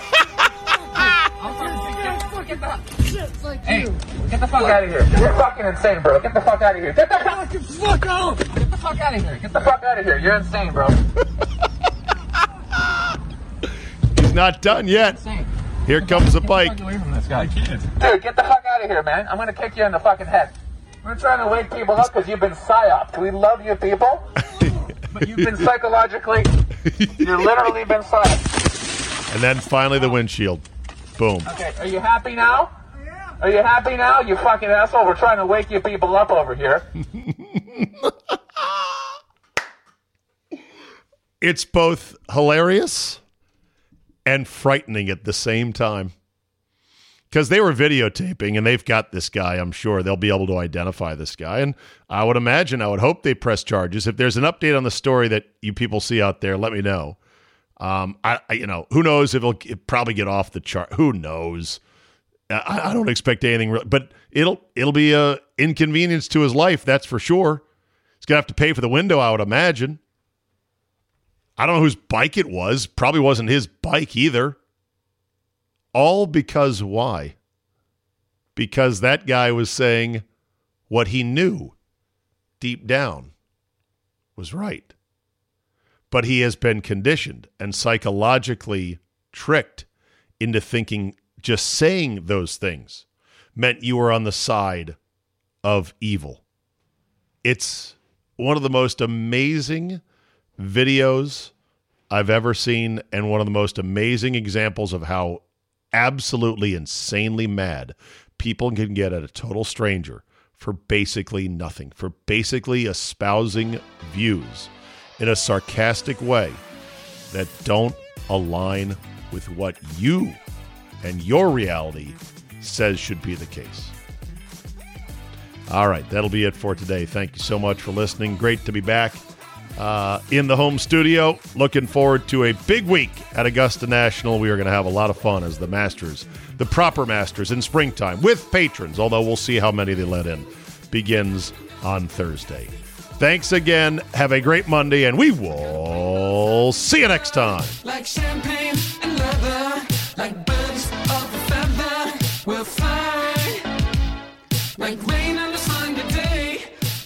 Hey, get the fuck out of here. You're fucking insane, bro. Get the fuck out of here. Get the fuck, fuck out! Get the fuck out of here. Get the fuck out of here. You're insane, bro. he's not done yet. Here comes a bike. Dude, get the fuck out of here, man. I'm gonna kick you in the fucking head. We're trying to wake people up because you've been psyoped. We love you people. But you've been psychologically, you've literally been psyoped. And then finally the windshield. Boom. Okay, are you happy now? Are you happy now? You fucking asshole. We're trying to wake you people up over here. It's both hilarious and frightening at the same time. Because they were videotaping and they've got this guy, I'm sure they'll be able to identify this guy. And I would imagine, I would hope they press charges. If there's an update on the story that you people see out there, let me know. Um, I, I you know, who knows if it'll, it'll probably get off the chart. Who knows? I, I don't expect anything, real, but it'll it'll be a inconvenience to his life. That's for sure. He's gonna have to pay for the window, I would imagine. I don't know whose bike it was. Probably wasn't his bike either. All because why? Because that guy was saying what he knew deep down was right. But he has been conditioned and psychologically tricked into thinking just saying those things meant you were on the side of evil. It's one of the most amazing videos I've ever seen, and one of the most amazing examples of how absolutely insanely mad people can get at a total stranger for basically nothing, for basically espousing views in a sarcastic way that don't align with what you and your reality says should be the case. All right, that'll be it for today. Thank you so much for listening. Great to be back uh, in the home studio. Looking forward to a big week at Augusta National. We are going to have a lot of fun as the Masters, the proper Masters in springtime with patrons, although we'll see how many they let in, begins on Thursday. Thanks again. Have a great Monday, and we will see you next time. Like champagne and leather, like birds of a feather, we'll fly. Like rain on a Sunday day,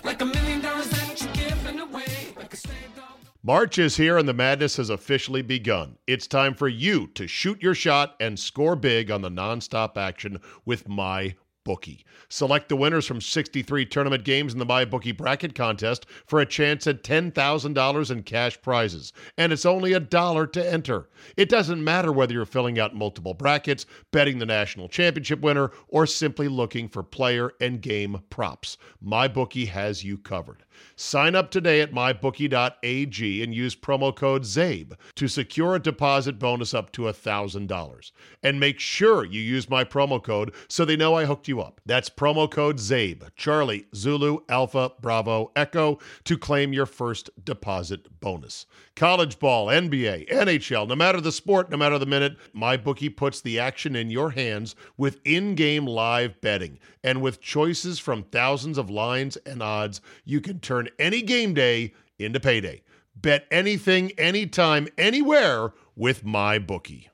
like a million dollars that you're giving away, like a stray dog. March is here and the madness has officially begun. It's time for you to shoot your shot and score big on the nonstop action with my bookie. Select the winners from 63 tournament games in the my bookie bracket contest for a chance at $10,000 in cash prizes, and it's only a dollar to enter. It doesn't matter whether you're filling out multiple brackets, betting the national championship winner, or simply looking for player and game props. My bookie has you covered. Sign up today at mybookie.ag and use promo code ZABE to secure a deposit bonus up to $1,000. And make sure you use my promo code so they know I hooked you up. That's promo code ZABE, Charlie, Zulu, Alpha, Bravo, Echo to claim your first deposit bonus. College ball, NBA, NHL, no matter the sport, no matter the minute, MyBookie puts the action in your hands with in game live betting. And with choices from thousands of lines and odds, you can turn any game day into payday. Bet anything, anytime, anywhere with MyBookie.